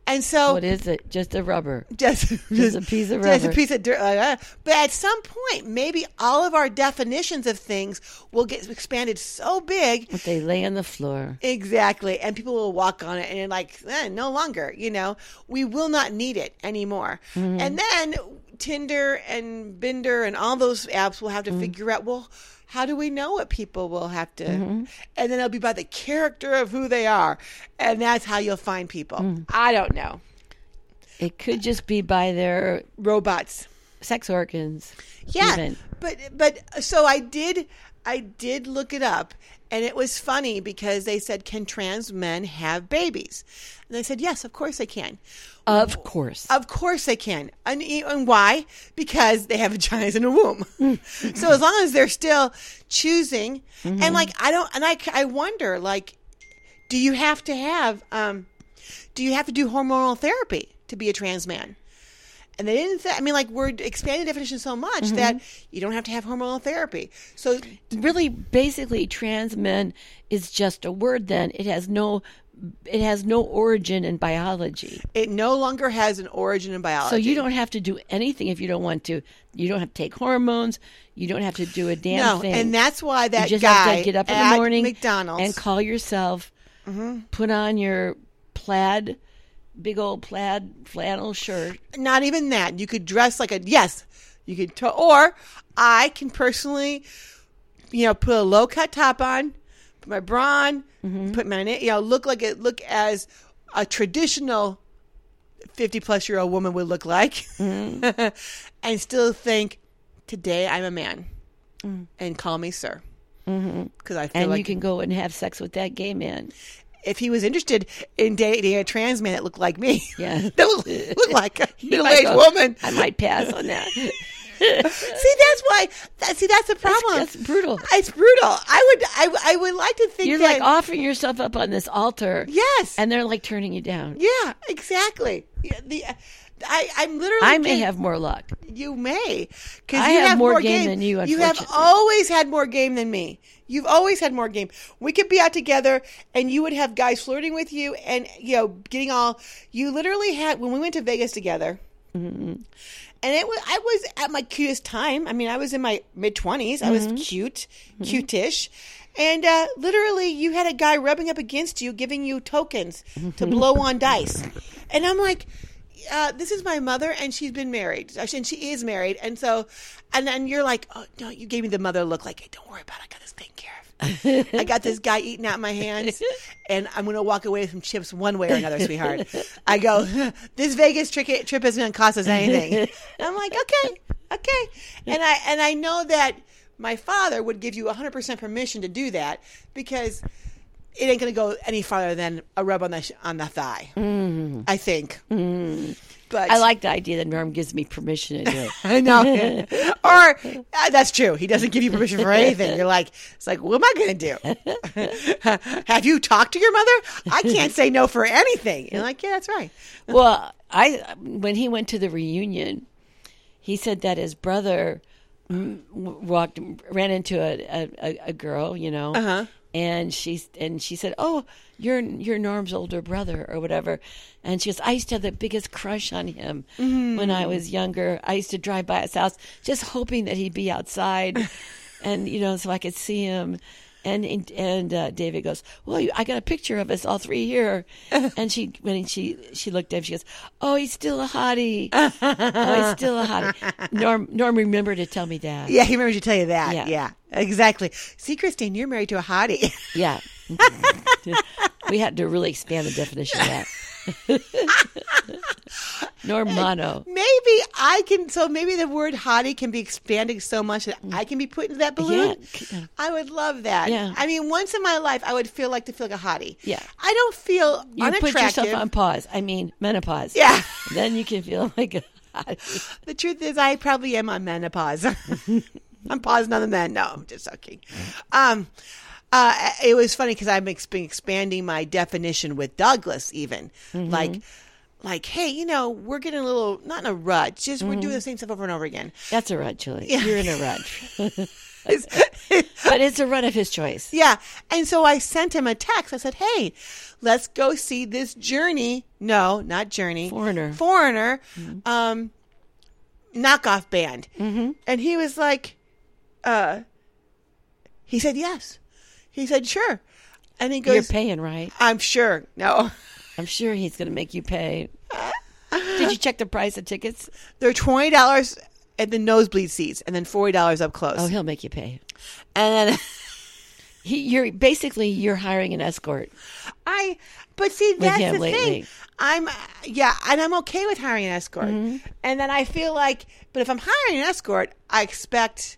Speaker 1: And so
Speaker 2: What is it? Just a rubber.
Speaker 1: just,
Speaker 2: <laughs> Just a piece of
Speaker 1: just a
Speaker 2: rubber.
Speaker 1: piece of dirt. uh, but at some point, maybe all of our definitions of things will get expanded so big,
Speaker 2: They lay on the floor.
Speaker 1: exactly, and people will walk on it and like, eh, no longer. You know, we will not need it anymore.
Speaker 2: Mm-hmm.
Speaker 1: And then Tinder and Binder and all those apps will
Speaker 2: Mm-hmm.
Speaker 1: have to figure out well. How do we know what people will have to?
Speaker 2: Mm-hmm.
Speaker 1: And then it'll be by the character of who they are. And that's how you'll find people.
Speaker 2: Mm.
Speaker 1: I don't know.
Speaker 2: It could just be by their
Speaker 1: Robots.
Speaker 2: sex organs.
Speaker 1: Yeah,
Speaker 2: even.
Speaker 1: but but so I did I did look it up, and it was funny because they said, "Can trans men have babies?" And I said, "Yes, of course they can.
Speaker 2: Of course.
Speaker 1: Of course they can. And, e, and why? Because they have vaginas and a womb. so as long as they're still choosing, and like I don't, and I I wonder like, do you have to have um, do you have to do hormonal therapy to be a trans man? And they didn't. Th- I mean, like we're expanding definition so much
Speaker 2: Mm-hmm.
Speaker 1: that you don't have to have hormonal therapy. So
Speaker 2: really basically trans men is just a word then it has no it has no origin in biology
Speaker 1: it no longer has an origin in biology.
Speaker 2: so you don't have to do anything if you don't want to you don't have to take hormones you don't have to do a damn
Speaker 1: no,
Speaker 2: thing
Speaker 1: and that's why that
Speaker 2: you just
Speaker 1: guy
Speaker 2: have to get up in
Speaker 1: at
Speaker 2: the morning
Speaker 1: McDonald's Mm-hmm.
Speaker 2: and call yourself put on your plaid big old plaid flannel shirt
Speaker 1: not even that. You could dress like a yes. You could to, or I can personally, you know, put a low cut top on, put my bra on,
Speaker 2: Mm-hmm.
Speaker 1: put my na- you know look like it look as a traditional fifty plus year old woman would look like,
Speaker 2: Mm-hmm.
Speaker 1: <laughs> and still think today I'm a man, and call me sir. Because I feel
Speaker 2: Mm. Mm-hmm. and
Speaker 1: like
Speaker 2: you can go and have sex with that gay man
Speaker 1: if he was interested in dating a trans man that looked like me,
Speaker 2: Yeah.
Speaker 1: <laughs> that looked, looked like
Speaker 2: <laughs>
Speaker 1: a
Speaker 2: You
Speaker 1: middle
Speaker 2: might
Speaker 1: aged
Speaker 2: go,
Speaker 1: woman, <laughs>
Speaker 2: i might pass on that
Speaker 1: See, that's why. That, see, that's the problem.
Speaker 2: that's brutal.
Speaker 1: It's brutal. I would, I, I would like to think
Speaker 2: you're
Speaker 1: that,
Speaker 2: like offering yourself up on this altar
Speaker 1: yes,
Speaker 2: and they're like turning you down
Speaker 1: yeah, exactly. Yeah, the, I, I'm literally.
Speaker 2: I may
Speaker 1: get-
Speaker 2: have more luck.
Speaker 1: You may, because
Speaker 2: I
Speaker 1: you
Speaker 2: have more game than you,
Speaker 1: You have
Speaker 2: unfortunately.
Speaker 1: always had more game than me. You've always had more game. We could be out together, and you would have guys flirting with you, and you know, getting all. You literally had when we went to Vegas together. And it was I was at my cutest time. I mean, I was in my mid 20s I was cute, cutish, and uh, literally, you had a guy rubbing up against you, giving you tokens to blow on dice, and I'm like. Uh, this is my mother, and she's been married, Uh, and she is married, and so, and then you're like, oh no, you gave me the mother look, like, hey, don't worry about, it. I got this taken care of. <laughs> I got this guy eating out my hands, and I'm gonna walk away with some chips one way or another, sweetheart. I go, <laughs> this Vegas trip trip isn't gonna cost us anything. I'm like, okay, okay, and I and I know that my father would give you 100 percent permission to do that because it ain't gonna go any farther than a rub on the sh- on the thigh. I think. But
Speaker 2: I like the idea that Norm gives me permission to do it.
Speaker 1: <laughs> I
Speaker 2: <laughs>
Speaker 1: know. or uh, that's true. He doesn't give you permission for anything. You're like, it's like, what am I going to do?
Speaker 2: <laughs>
Speaker 1: Have you talked to your mother? I can't say no for anything. You're like, yeah, that's right.
Speaker 2: well, I when he went to the reunion, he said that his brother mm, w- walked ran into a a, a- a girl, you know,
Speaker 1: Uh-huh.
Speaker 2: and she and she said, "Oh, you're you're Norm's older brother or whatever," and she goes, "I used to have the biggest crush on him when I was younger. I used to drive by his house just hoping that he'd be outside, and you know, so I could see him." And and, and uh, David goes, "Well, you, I got a picture of us all three here." and she when she she looked at him, she goes, "Oh, he's still a hottie. oh, he's still a hottie." Norm Norm remembered to tell me that.
Speaker 1: Yeah, he remembers to tell you that. Yeah.
Speaker 2: Yeah.
Speaker 1: exactly. See, Christine, you're married to a hottie. <laughs>
Speaker 2: Yeah. we had to really expand the definition of that.
Speaker 1: <laughs>
Speaker 2: Normano.
Speaker 1: maybe I can, so maybe the word hottie can be expanded so much that I can be put into that balloon.
Speaker 2: Yeah, c-
Speaker 1: I would love that.
Speaker 2: Yeah.
Speaker 1: I mean, once in my life, I would feel like to feel like a hottie.
Speaker 2: Yeah.
Speaker 1: I don't feel
Speaker 2: You
Speaker 1: unattractive.
Speaker 2: put yourself on pause. I mean, menopause.
Speaker 1: Yeah.
Speaker 2: Then you can feel like a
Speaker 1: The truth is, I probably am on menopause. <laughs> I'm pausing on the men. No, I'm just joking. Um, uh, it was funny because I've ex- been expanding my definition with Douglas, even like, like, hey, you know, we're getting a little not in a rut. Just we're doing the same stuff over and over again. <laughs>
Speaker 2: That's a rut, Julie. You're in a rut.
Speaker 1: It's-
Speaker 2: But it's a rut of his choice.
Speaker 1: Yeah. And so I sent him a text. I said, Hey, let's go see this journey. No, not journey.
Speaker 2: Foreigner. Mm-hmm.
Speaker 1: Foreigner. Um, knockoff band. Mm-hmm. And he was like, uh, he said, yes. He said, sure. And he
Speaker 2: You're
Speaker 1: goes,
Speaker 2: paying, right?
Speaker 1: I'm sure. No, <laughs>
Speaker 2: I'm sure he's going to make you pay. Did you check the price of tickets?
Speaker 1: they're $20 at the nosebleed seats and then $40 up close.
Speaker 2: Oh, he'll make you pay.
Speaker 1: And then
Speaker 2: He, you're basically you're hiring an escort.
Speaker 1: I, but see, that's
Speaker 2: him
Speaker 1: the thing.
Speaker 2: lately.
Speaker 1: I'm, yeah, and I'm okay with hiring an escort.
Speaker 2: Mm-hmm.
Speaker 1: And then I feel like, but if I'm hiring an escort, I expect,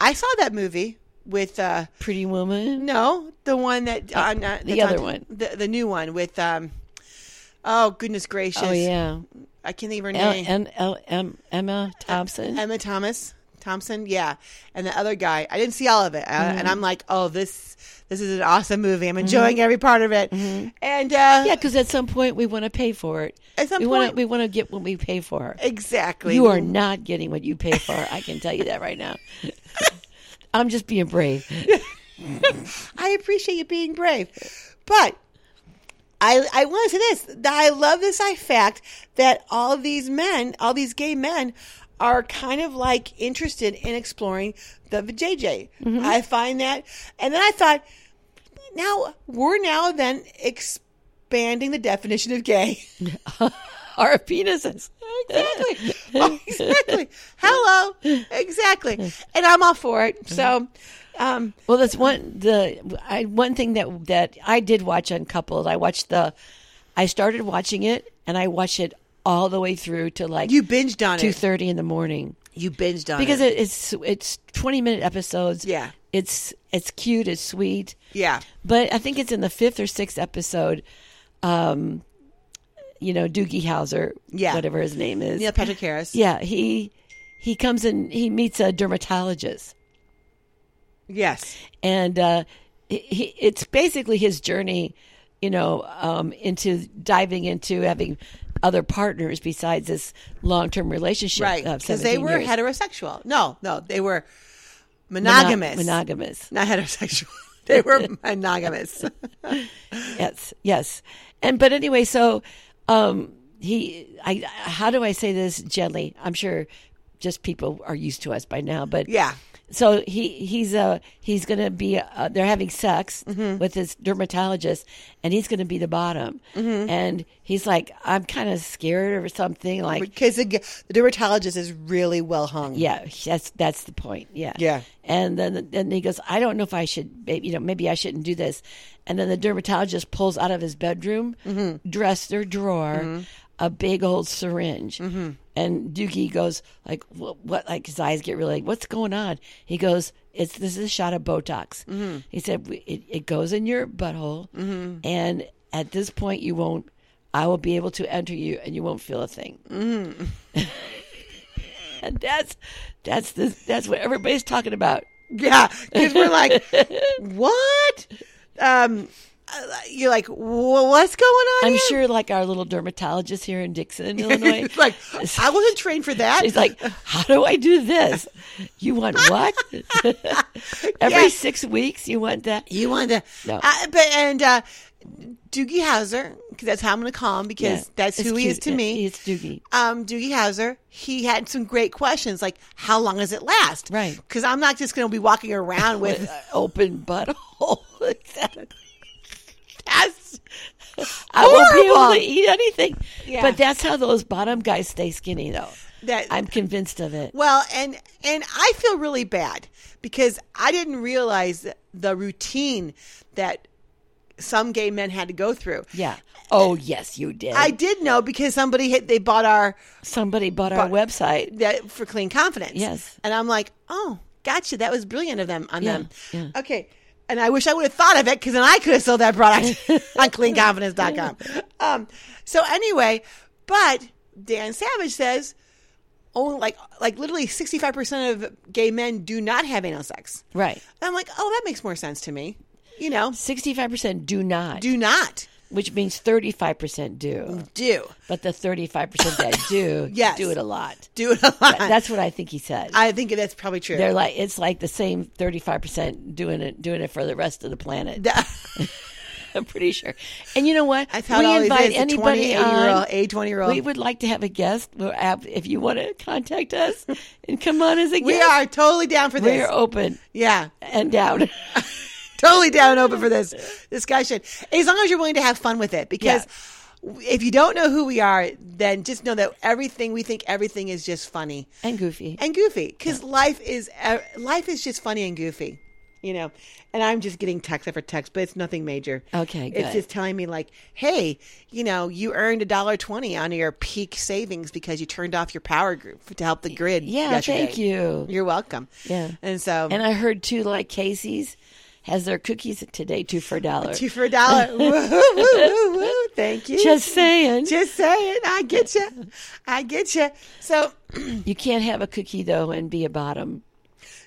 Speaker 1: I saw that movie with, uh,
Speaker 2: Pretty woman.
Speaker 1: no, the one that, on, uh,
Speaker 2: the
Speaker 1: that's
Speaker 2: other
Speaker 1: on-
Speaker 2: one.
Speaker 1: the, the new one with, um, oh, goodness gracious.
Speaker 2: Oh yeah.
Speaker 1: I can't think of her
Speaker 2: L-
Speaker 1: name.
Speaker 2: M- L- M- Emma Thompson.
Speaker 1: Emma Thomas. Thompson, yeah, and the other guy. I didn't see all of it, uh,
Speaker 2: Mm-hmm.
Speaker 1: and I'm like, oh, this this is an awesome movie. I'm enjoying every part of it. And uh,
Speaker 2: Mm-hmm. Yeah, because at some point we want to pay for it.
Speaker 1: At some
Speaker 2: we wanna-
Speaker 1: point-
Speaker 2: we want to get what we pay for.
Speaker 1: exactly,
Speaker 2: You are not getting what you pay for. I can tell you that right now. <laughs> I'm just being brave. <laughs>
Speaker 1: I appreciate you being brave, but I I want to say this. that I love this I fact that all of these men, all these gay men, are kind of like interested in exploring the JJ.
Speaker 2: Mm-hmm.
Speaker 1: I find that, and then I thought, now we're now then expanding the definition of
Speaker 2: <laughs>
Speaker 1: gay. <laughs>
Speaker 2: Our penises.
Speaker 1: exactly. Oh, exactly. Hello. Exactly. And I'm all for it. So,
Speaker 2: Mm-hmm.
Speaker 1: um,
Speaker 2: <laughs> Well, that's one the I, one thing that that I did watch on Coupled. I watched the. I started watching it, and I watched it all the way through to like
Speaker 1: you binged on
Speaker 2: two
Speaker 1: it.
Speaker 2: thirty in the morning
Speaker 1: You binged on
Speaker 2: because
Speaker 1: it.
Speaker 2: it, it's it's twenty minute episodes.
Speaker 1: Yeah.
Speaker 2: it's it's cute, it's sweet,
Speaker 1: yeah.
Speaker 2: but I think it's in the fifth or sixth episode. Um, you know Doogie Howser,
Speaker 1: Yeah.
Speaker 2: whatever his name is,
Speaker 1: Neil Patrick Harris.
Speaker 2: yeah, he he comes and he meets a dermatologist.
Speaker 1: Yes.
Speaker 2: and uh, he- he, it's basically his journey, you know, um, into diving into having other partners besides this long-term relationship.
Speaker 1: Right.
Speaker 2: of
Speaker 1: Because they
Speaker 2: 17
Speaker 1: were
Speaker 2: uh, years.
Speaker 1: heterosexual. No, no, they were
Speaker 2: Mono-
Speaker 1: monogamous.
Speaker 2: monogamous.
Speaker 1: Not heterosexual. <laughs> they
Speaker 2: <laughs>
Speaker 1: were monogamous.
Speaker 2: Yes, yes. And but anyway, so um, he, I, how do I say this gently? I'm sure just people are used to us by now, but
Speaker 1: yeah.
Speaker 2: so he he's uh he's gonna be uh, they're having sex with his dermatologist and he's gonna be the bottom and he's like i'm kind of scared or something like
Speaker 1: Because the, g- the dermatologist is really well hung.
Speaker 2: yeah that's that's the point yeah
Speaker 1: Yeah.
Speaker 2: and then then he goes i don't know if i should maybe you know maybe i shouldn't do this and then the dermatologist pulls out of his bedroom dresser drawer a big old syringe and doogie goes like what, what like his eyes get really like what's going on he goes it's this is a shot of botox he said "We- it, it goes in your butthole and at this point you won't i will be able to enter you and you won't feel a thing and that's that's the, that's what everybody's talking about.
Speaker 1: Yeah. Because we're
Speaker 2: <laughs>
Speaker 1: like, what? Um, uh, you're like, "Wha- what's going on
Speaker 2: I'm
Speaker 1: here?" <laughs>
Speaker 2: sure, like our little dermatologist here in Dixon, Illinois, <laughs>
Speaker 1: It's like, I wasn't trained for that.
Speaker 2: he's like, "How do I do this? You want what?
Speaker 1: <laughs>
Speaker 2: <laughs> Every
Speaker 1: Yeah.
Speaker 2: six weeks, you want that?
Speaker 1: You wanted to,
Speaker 2: No.
Speaker 1: I- but and uh, Doogie Howser, because that's how I'm going to call him, because
Speaker 2: Yeah.
Speaker 1: that's
Speaker 2: It's
Speaker 1: who he
Speaker 2: cute.
Speaker 1: is to
Speaker 2: Yeah,
Speaker 1: me.
Speaker 2: He's Doogie.
Speaker 1: um, Doogie Howser, he had some great questions like, how long does it last?
Speaker 2: Right.
Speaker 1: Because I'm not just going to be walking around
Speaker 2: <laughs>
Speaker 1: with.
Speaker 2: Uh, Open butthole. <laughs> Exactly.
Speaker 1: That's-
Speaker 2: I won't be able
Speaker 1: Horrible.
Speaker 2: to eat anything.
Speaker 1: Yeah.
Speaker 2: But that's how those bottom guys stay skinny, though.
Speaker 1: that,
Speaker 2: I'm convinced of it.
Speaker 1: well, and and I feel really bad because I didn't realize the routine that some gay men had to go through.
Speaker 2: Yeah. Oh yes, you did.
Speaker 1: I did know because somebody hit, they bought our
Speaker 2: Somebody bought our website.
Speaker 1: that for clean confidence.
Speaker 2: Yes.
Speaker 1: And I'm like, oh, gotcha. That was brilliant of them on
Speaker 2: Yeah,
Speaker 1: them.
Speaker 2: yeah.
Speaker 1: Okay. And I wish I would have thought of it because then I could have sold that
Speaker 2: <laughs>
Speaker 1: product on cleanconfidence.com. Um, so anyway, but Dan Savage says only like like literally 65% of gay men do not have anal sex.
Speaker 2: Right.
Speaker 1: And I'm like, oh, that makes more sense to me. You know,
Speaker 2: 65% do not,
Speaker 1: do not
Speaker 2: which means 35% do.
Speaker 1: do.
Speaker 2: But the 35%
Speaker 1: <laughs>
Speaker 2: that do,
Speaker 1: Yes.
Speaker 2: do it a lot.
Speaker 1: Do it a lot.
Speaker 2: That's what I think he said.
Speaker 1: I think that's probably true.
Speaker 2: They're like it's like the same 35% doing it doing it for the rest of the planet. <laughs>
Speaker 1: <laughs>
Speaker 2: I'm pretty sure. And you know what?
Speaker 1: I thought all these is a 28 year old,
Speaker 2: on.
Speaker 1: a 20 year
Speaker 2: We
Speaker 1: old.
Speaker 2: would like to have a guest. We're ab- If you want to contact us
Speaker 1: <laughs>
Speaker 2: and come on as a guest,
Speaker 1: We are totally down for
Speaker 2: we
Speaker 1: this.
Speaker 2: are open
Speaker 1: yeah,
Speaker 2: and
Speaker 1: <laughs>
Speaker 2: down.
Speaker 1: totally down and open for this discussion. As long as you're willing to have fun with it, because if you don't know who we are, then just know that everything we think everything is just funny
Speaker 2: and goofy.
Speaker 1: and goofy. Because life is uh, life is just funny and goofy, you know. And I'm just getting text after text, but it's nothing major.
Speaker 2: Okay,
Speaker 1: it's
Speaker 2: good.
Speaker 1: just telling me like, hey, you know, you earned a dollar twenty on your peak savings because you turned off your power group to help the grid.
Speaker 2: Yeah,
Speaker 1: yesterday.
Speaker 2: thank you.
Speaker 1: You're welcome.
Speaker 2: Yeah.
Speaker 1: And so
Speaker 2: And I heard too, like Casey's has their cookies today, two for a dollar.
Speaker 1: two for a dollar. woo, woo, woo, woo. Thank you.
Speaker 2: Just saying,
Speaker 1: just saying. I get you. I get you. So
Speaker 2: you can't have a cookie though and be a bottom.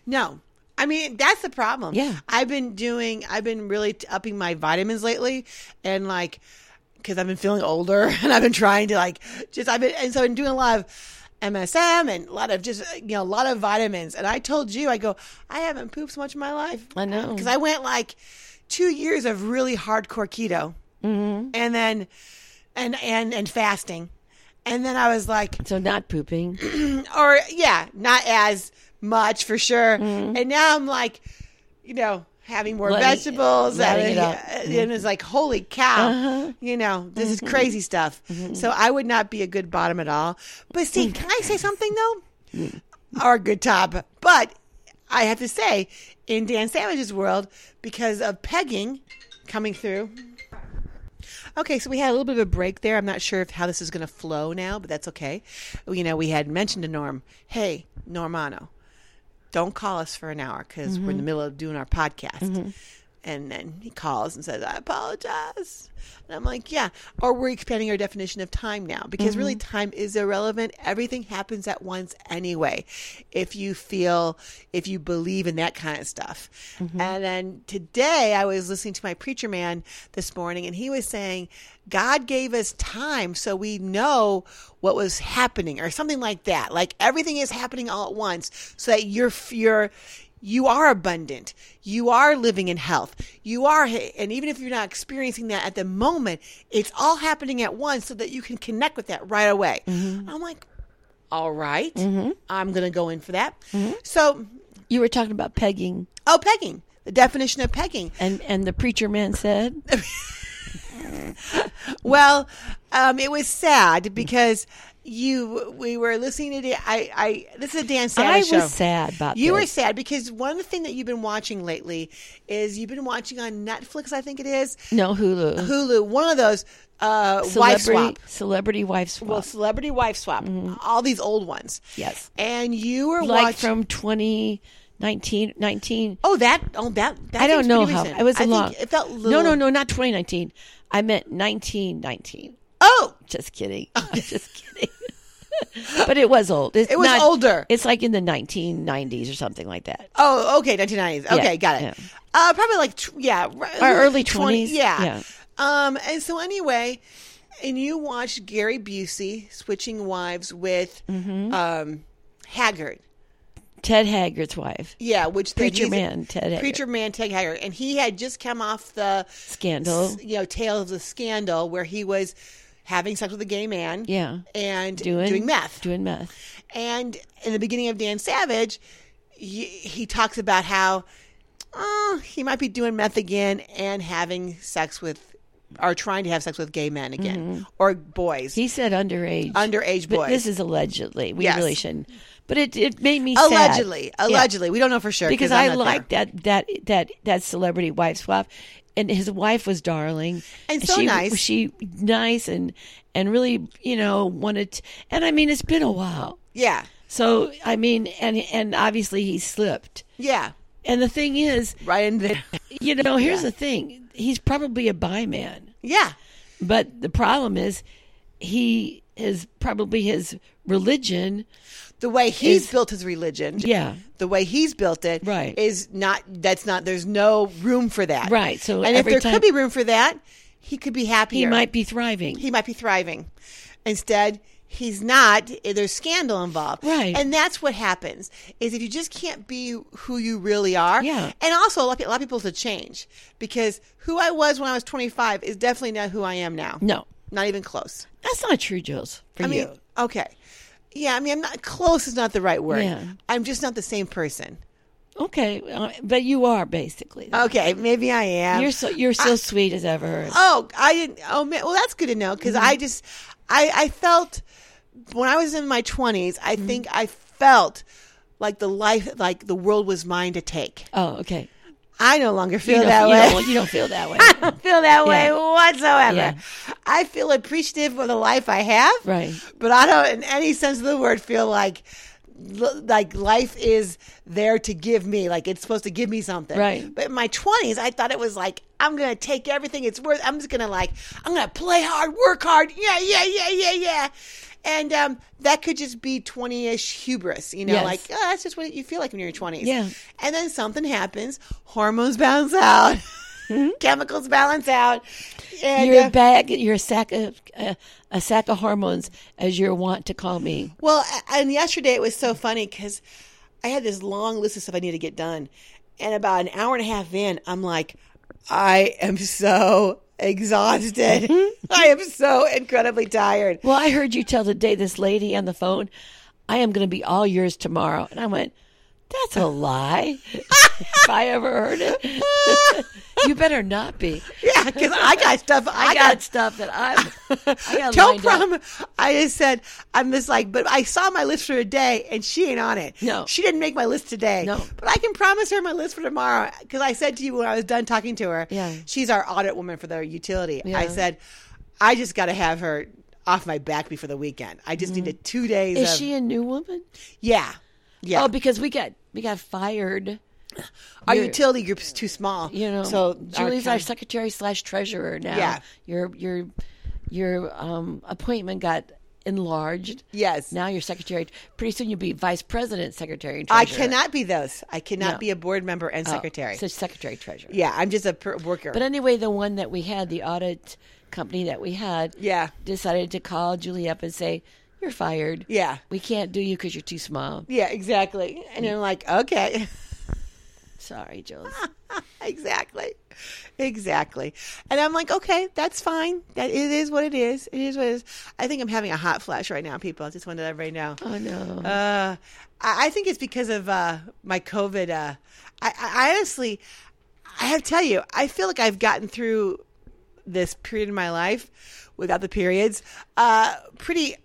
Speaker 1: No. I mean, that's the problem.
Speaker 2: Yeah.
Speaker 1: I've been doing, I've been really t- upping my vitamins lately and like, cause I've been feeling older <laughs> and I've been trying to like, just, I've been, and so I've been doing a lot of MSM and a lot of just, you know, a lot of vitamins. And I told you, I go, I haven't pooped so much in my life.
Speaker 2: I know.
Speaker 1: Cause I went like two years of really hardcore keto
Speaker 2: Mm-hmm.
Speaker 1: and then, and, and, and fasting. And then I was like,
Speaker 2: So not pooping.
Speaker 1: or yeah, not as much for sure. And now I'm like, you know, having more
Speaker 2: Letting-
Speaker 1: vegetables. having-
Speaker 2: letting it up. Uh-huh. Mm-hmm.
Speaker 1: And it's like, holy cow, you know, this is crazy stuff. So I would not be a good bottom at all. But
Speaker 2: Mm.
Speaker 1: see, can I say something though? or a good top, but I have to say, in Dan Savage's world, because of pegging coming through. Okay, so we had a little bit of a break there. I'm not sure if how this is going to flow now, but that's okay. You know, we had mentioned to Norm, "Hey, Normano, don't call us for an hour because we're in
Speaker 2: Mm-hmm.
Speaker 1: the middle of doing our podcast." And then he calls and says, "I apologize," and I'm like, "Yeah." Or we're expanding our definition of time now because really, time is irrelevant. Everything happens at once anyway. If you feel, if you believe in that kind of stuff, and then today I was listening to my preacher man this morning, and he was saying, "God gave us time so we know what was happening," or something like that. Like everything is happening all at once, so that you're you're you are abundant. You are living in health. You are, and even if you're not experiencing that at the moment, it's all happening at once so that you can connect with that right away.
Speaker 2: Mm-hmm.
Speaker 1: I'm like, all right, I'm going to go in for that.
Speaker 2: Mm-hmm.
Speaker 1: So,
Speaker 2: You were talking about pegging,
Speaker 1: oh, pegging, the definition of pegging.
Speaker 2: and and the preacher man said,
Speaker 1: Well, um, it was sad because you, we were listening to, I, I, this is a Dan Savage
Speaker 2: "I
Speaker 1: show.
Speaker 2: was sad about
Speaker 1: You were
Speaker 2: this."
Speaker 1: sad because one thing that you've been watching lately is you've been watching on Netflix, I think it is,
Speaker 2: no Hulu,
Speaker 1: Hulu, one of those uh, wife
Speaker 2: celebrity
Speaker 1: swap.
Speaker 2: celebrity wife swap, Mm-hmm.
Speaker 1: Well, celebrity wife swap. All these old ones.
Speaker 2: Yes.
Speaker 1: And you were
Speaker 2: like
Speaker 1: watching.
Speaker 2: from 2019, 19.
Speaker 1: oh, that. Oh, that. that
Speaker 2: I don't
Speaker 1: seems
Speaker 2: know
Speaker 1: pretty
Speaker 2: how.
Speaker 1: recent.
Speaker 2: It was a
Speaker 1: I think
Speaker 2: long.
Speaker 1: It felt. Little,
Speaker 2: no, no, no, not 2019. I meant 1919.
Speaker 1: Oh, <laughs>
Speaker 2: Just kidding. <laughs> Just kidding. but it was old. It's
Speaker 1: It was
Speaker 2: not-
Speaker 1: older.
Speaker 2: It's like in the 1990s or something like that.
Speaker 1: oh, okay, 1990s. Okay, got it.
Speaker 2: yeah.
Speaker 1: Uh, probably like tw- yeah,
Speaker 2: Or early 20s,
Speaker 1: Yeah.
Speaker 2: yeah.
Speaker 1: Um, and so anyway, and you watched Gary Busey switching wives with
Speaker 2: Mm-hmm.
Speaker 1: um, Haggard.
Speaker 2: Ted Haggard's wife.
Speaker 1: Yeah, which that
Speaker 2: Preacher
Speaker 1: he's-
Speaker 2: man, Ted Haggard.
Speaker 1: preacher man Ted Haggard, and he had just come off the
Speaker 2: Scandal.
Speaker 1: you know, tale of the scandal where he was having sex with a gay man,
Speaker 2: Yeah.
Speaker 1: and doing,
Speaker 2: Doing,
Speaker 1: meth.
Speaker 2: Doing meth.
Speaker 1: and in the beginning of Dan Savage, he, he talks about how uh, he might be doing meth again and having sex with, or trying to have sex with gay men again or boys,
Speaker 2: Mm-hmm. He said underage.
Speaker 1: underage
Speaker 2: But
Speaker 1: boys.
Speaker 2: this is allegedly. We
Speaker 1: Yes.
Speaker 2: really shouldn't. But it, it made me sad.
Speaker 1: allegedly,
Speaker 2: Yeah.
Speaker 1: allegedly, we don't know for sure
Speaker 2: because
Speaker 1: I'm
Speaker 2: I
Speaker 1: not there.
Speaker 2: liked that that that that celebrity wife swap, and his wife was darling
Speaker 1: And so
Speaker 2: she,
Speaker 1: nice.
Speaker 2: She nice and and really you know wanted. To, and I mean, it's been a while,
Speaker 1: Yeah,
Speaker 2: so I mean, and and obviously he slipped.
Speaker 1: yeah,
Speaker 2: And the thing is,
Speaker 1: right in there.
Speaker 2: you know, here's the thing: he's probably a bi man,
Speaker 1: Yeah,
Speaker 2: but the problem is, he is probably his religion.
Speaker 1: the way he's
Speaker 2: Is-
Speaker 1: built his religion.
Speaker 2: Yeah.
Speaker 1: the way he's built it
Speaker 2: Right.
Speaker 1: is not that's not there's no room for that
Speaker 2: Right, so
Speaker 1: and if
Speaker 2: every
Speaker 1: there
Speaker 2: time-
Speaker 1: could be room for that he could be
Speaker 2: He
Speaker 1: happier
Speaker 2: might be thriving.
Speaker 1: he might be thriving instead he's not there's scandal involved
Speaker 2: Right.
Speaker 1: and that's what happens is if you just can't be who you really are
Speaker 2: Yeah.
Speaker 1: and also a lot, of pe- a lot of people to change because who i was when i was 25 is definitely not who i am now
Speaker 2: no,
Speaker 1: not even close
Speaker 2: that's not true, Jules. For
Speaker 1: I
Speaker 2: you,
Speaker 1: mean, okay. Yeah, I mean, I'm not close is not the right word.
Speaker 2: Yeah.
Speaker 1: I'm just not the same person.
Speaker 2: Okay, uh, but you are basically.
Speaker 1: Okay, maybe I am.
Speaker 2: you're so you're
Speaker 1: uh,
Speaker 2: so sweet as ever.
Speaker 1: oh, I didn't. Oh, man, well, that's good to know because
Speaker 2: Mm-hmm.
Speaker 1: I just, I, I felt when I was in my 20s, I
Speaker 2: Mm-hmm.
Speaker 1: think I felt like the life, like the world was mine to take.
Speaker 2: Oh, okay.
Speaker 1: I no longer feel
Speaker 2: You don't,
Speaker 1: that
Speaker 2: you
Speaker 1: way. <laughs>
Speaker 2: Don't, you don't feel that way,
Speaker 1: don't feel that way
Speaker 2: Yeah.
Speaker 1: whatsoever.
Speaker 2: Yeah.
Speaker 1: I feel appreciative of the life I have,
Speaker 2: Right.
Speaker 1: But I don't, in any sense of the word, feel like l- like life is there to give me, like it's supposed to give me something,
Speaker 2: Right.
Speaker 1: But in my twenties, I thought it was like I'm gonna take everything it's worth. I'm just gonna like I'm gonna play hard, work hard, yeah, yeah, yeah, yeah, yeah. And um, that could just be 20 ish hubris, you know,
Speaker 2: Yes.
Speaker 1: like, oh, that's just what you feel like when you're in your 20s.
Speaker 2: Yeah.
Speaker 1: And then something happens, hormones balance out, <laughs> chemicals balance out. And
Speaker 2: Mm-hmm. You're
Speaker 1: uh,
Speaker 2: a bag. You're a sack of uh, a sack of hormones, as you're wont to call me.
Speaker 1: Well, a- and yesterday it was so funny because I had this long list of stuff I needed to get done, and about an hour and a half in, I'm like, I am so exhausted. I am so incredibly tired.
Speaker 2: Well, I heard you tell today this lady on the phone, I am going to be all yours tomorrow, and I went, that's a lie. <laughs> if I ever heard it, <laughs> you better not be.
Speaker 1: Yeah, because I got stuff. I,
Speaker 2: I
Speaker 1: got
Speaker 2: got stuff that I'm. I
Speaker 1: <laughs>
Speaker 2: got
Speaker 1: Tell
Speaker 2: lined up.
Speaker 1: prom. I just said I'm just like, but I saw my list for today, and she ain't on it.
Speaker 2: No.
Speaker 1: she didn't make my list today.
Speaker 2: No.
Speaker 1: but I can promise her my list for tomorrow because I said to you when I was done talking to her.
Speaker 2: Yeah.
Speaker 1: she's our audit woman for the utility. I
Speaker 2: Yeah.
Speaker 1: said, I just got to have her off my back before the weekend. I just needed two days.
Speaker 2: Mm-hmm. Is
Speaker 1: of,
Speaker 2: she a new woman?
Speaker 1: Yeah, yeah.
Speaker 2: Oh, because we got we got fired.
Speaker 1: our
Speaker 2: you're-
Speaker 1: utility group's too small.
Speaker 2: You know,
Speaker 1: so
Speaker 2: Julie's our,
Speaker 1: our,
Speaker 2: secretary slash treasurer now.
Speaker 1: Yeah.
Speaker 2: your your your um, appointment got enlarged.
Speaker 1: yes.
Speaker 2: Now you're secretary. Pretty soon you'll be vice president, secretary. And
Speaker 1: I
Speaker 2: treasurer.
Speaker 1: cannot be those. I cannot
Speaker 2: No.
Speaker 1: be a board member and
Speaker 2: Oh,
Speaker 1: secretary.
Speaker 2: so secretary treasurer.
Speaker 1: yeah, I'm just a per- worker.
Speaker 2: But anyway, the one that we had, the audit company that we had,
Speaker 1: Yeah.
Speaker 2: decided to call Julie up and say, "You're fired.
Speaker 1: yeah.
Speaker 2: We can't do you because you're too small.
Speaker 1: Yeah, exactly. And you're like, okay, <laughs>
Speaker 2: Sorry, Jules."
Speaker 1: exactly, exactly. And I'm like, okay, that's fine. That it is what it is. It is what it is. I think I'm having a hot flash right now, people. I just wanted everybody to know.
Speaker 2: oh no.
Speaker 1: Uh, I, I think it's because of uh, my COVID. Uh, I, I honestly, I have to tell you, I feel like I've gotten through this period in my life without the periods uh, pretty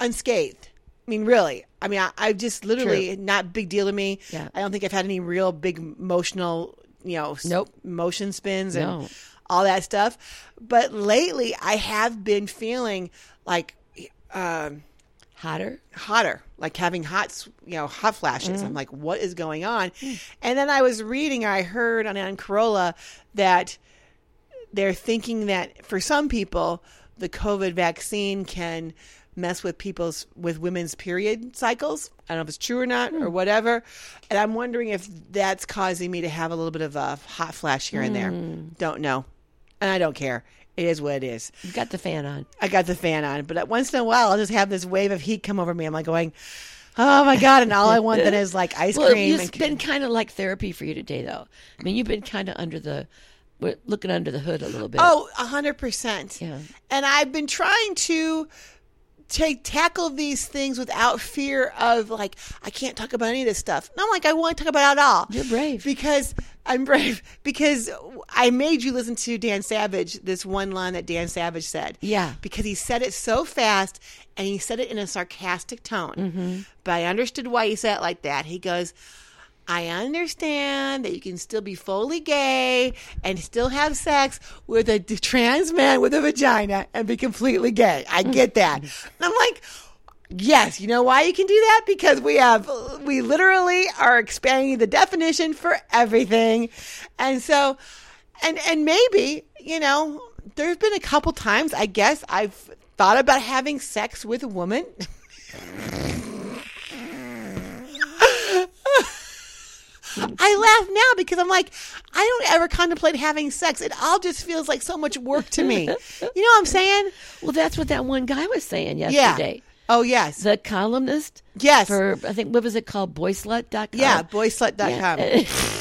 Speaker 1: unscathed. I mean, really. I mean, I, I've just literally not big deal to me.
Speaker 2: Yeah.
Speaker 1: I don't think I've had any real big emotional, you know, s-
Speaker 2: Nope.
Speaker 1: motion spins and
Speaker 2: No.
Speaker 1: all that stuff. But lately, I have been feeling like. Um,
Speaker 2: Hotter.
Speaker 1: hotter, like having hot, s- you know, hot flashes. I'm like, what is going on? And then I was reading, I heard on, on Corolla that they're thinking that for some people, the COVID vaccine can mess with people's with women's period cycles. I don't know if it's true or not or whatever. And I'm wondering if that's causing me to have a little bit of a hot flash here and there. Don't know. And I don't care. It is what it is.
Speaker 2: You got the fan on.
Speaker 1: I got the fan on, but once in a while, I'll just have this wave of heat come over me. I'm like going, oh my god! And all I want then is like <laughs> ice
Speaker 2: Well,
Speaker 1: cream.
Speaker 2: it's
Speaker 1: and-
Speaker 2: been kind of like therapy for you today, though. I mean, you've been kind of under the, we're looking under the hood a little bit.
Speaker 1: oh, a hundred percent.
Speaker 2: Yeah.
Speaker 1: And I've been trying to take tackle these things without fear of like I can't talk about any of this stuff. And I'm like I won't talk about it at all.
Speaker 2: You're brave.
Speaker 1: because I'm brave because I made you listen to Dan Savage this one line that Dan Savage said.
Speaker 2: Yeah.
Speaker 1: because he said it so fast and he said it in a sarcastic tone. But I understood why he said it like that. He goes. I understand that you can still be fully gay and still have sex with a d- trans man with a vagina and be completely gay. I get that. And I'm like, yes, you know why you can do that? Because we have, we literally are expanding the definition for everything. And so, and, and maybe, you know, there's been a couple times, I guess, I've thought about having sex with a woman. I laugh now because I'm like, I don't ever contemplate having sex. It all just feels like so much work to me. you know what I'm saying?
Speaker 2: Well, that's what that one guy was saying
Speaker 1: Yeah.
Speaker 2: yesterday.
Speaker 1: Oh yes.
Speaker 2: The columnist
Speaker 1: yes.
Speaker 2: for, I think, what was it called? Boyslut.com.
Speaker 1: yeah. Boyslut.com.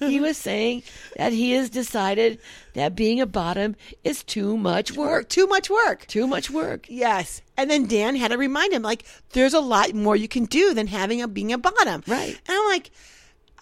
Speaker 2: <laughs> he was saying that he has decided that being a bottom is too much
Speaker 1: Work.
Speaker 2: work.
Speaker 1: Too much work.
Speaker 2: Too much work.
Speaker 1: Yes. And then Dan had to remind him, like, there's a lot more you can do than having a being a bottom.
Speaker 2: Right.
Speaker 1: And I'm like,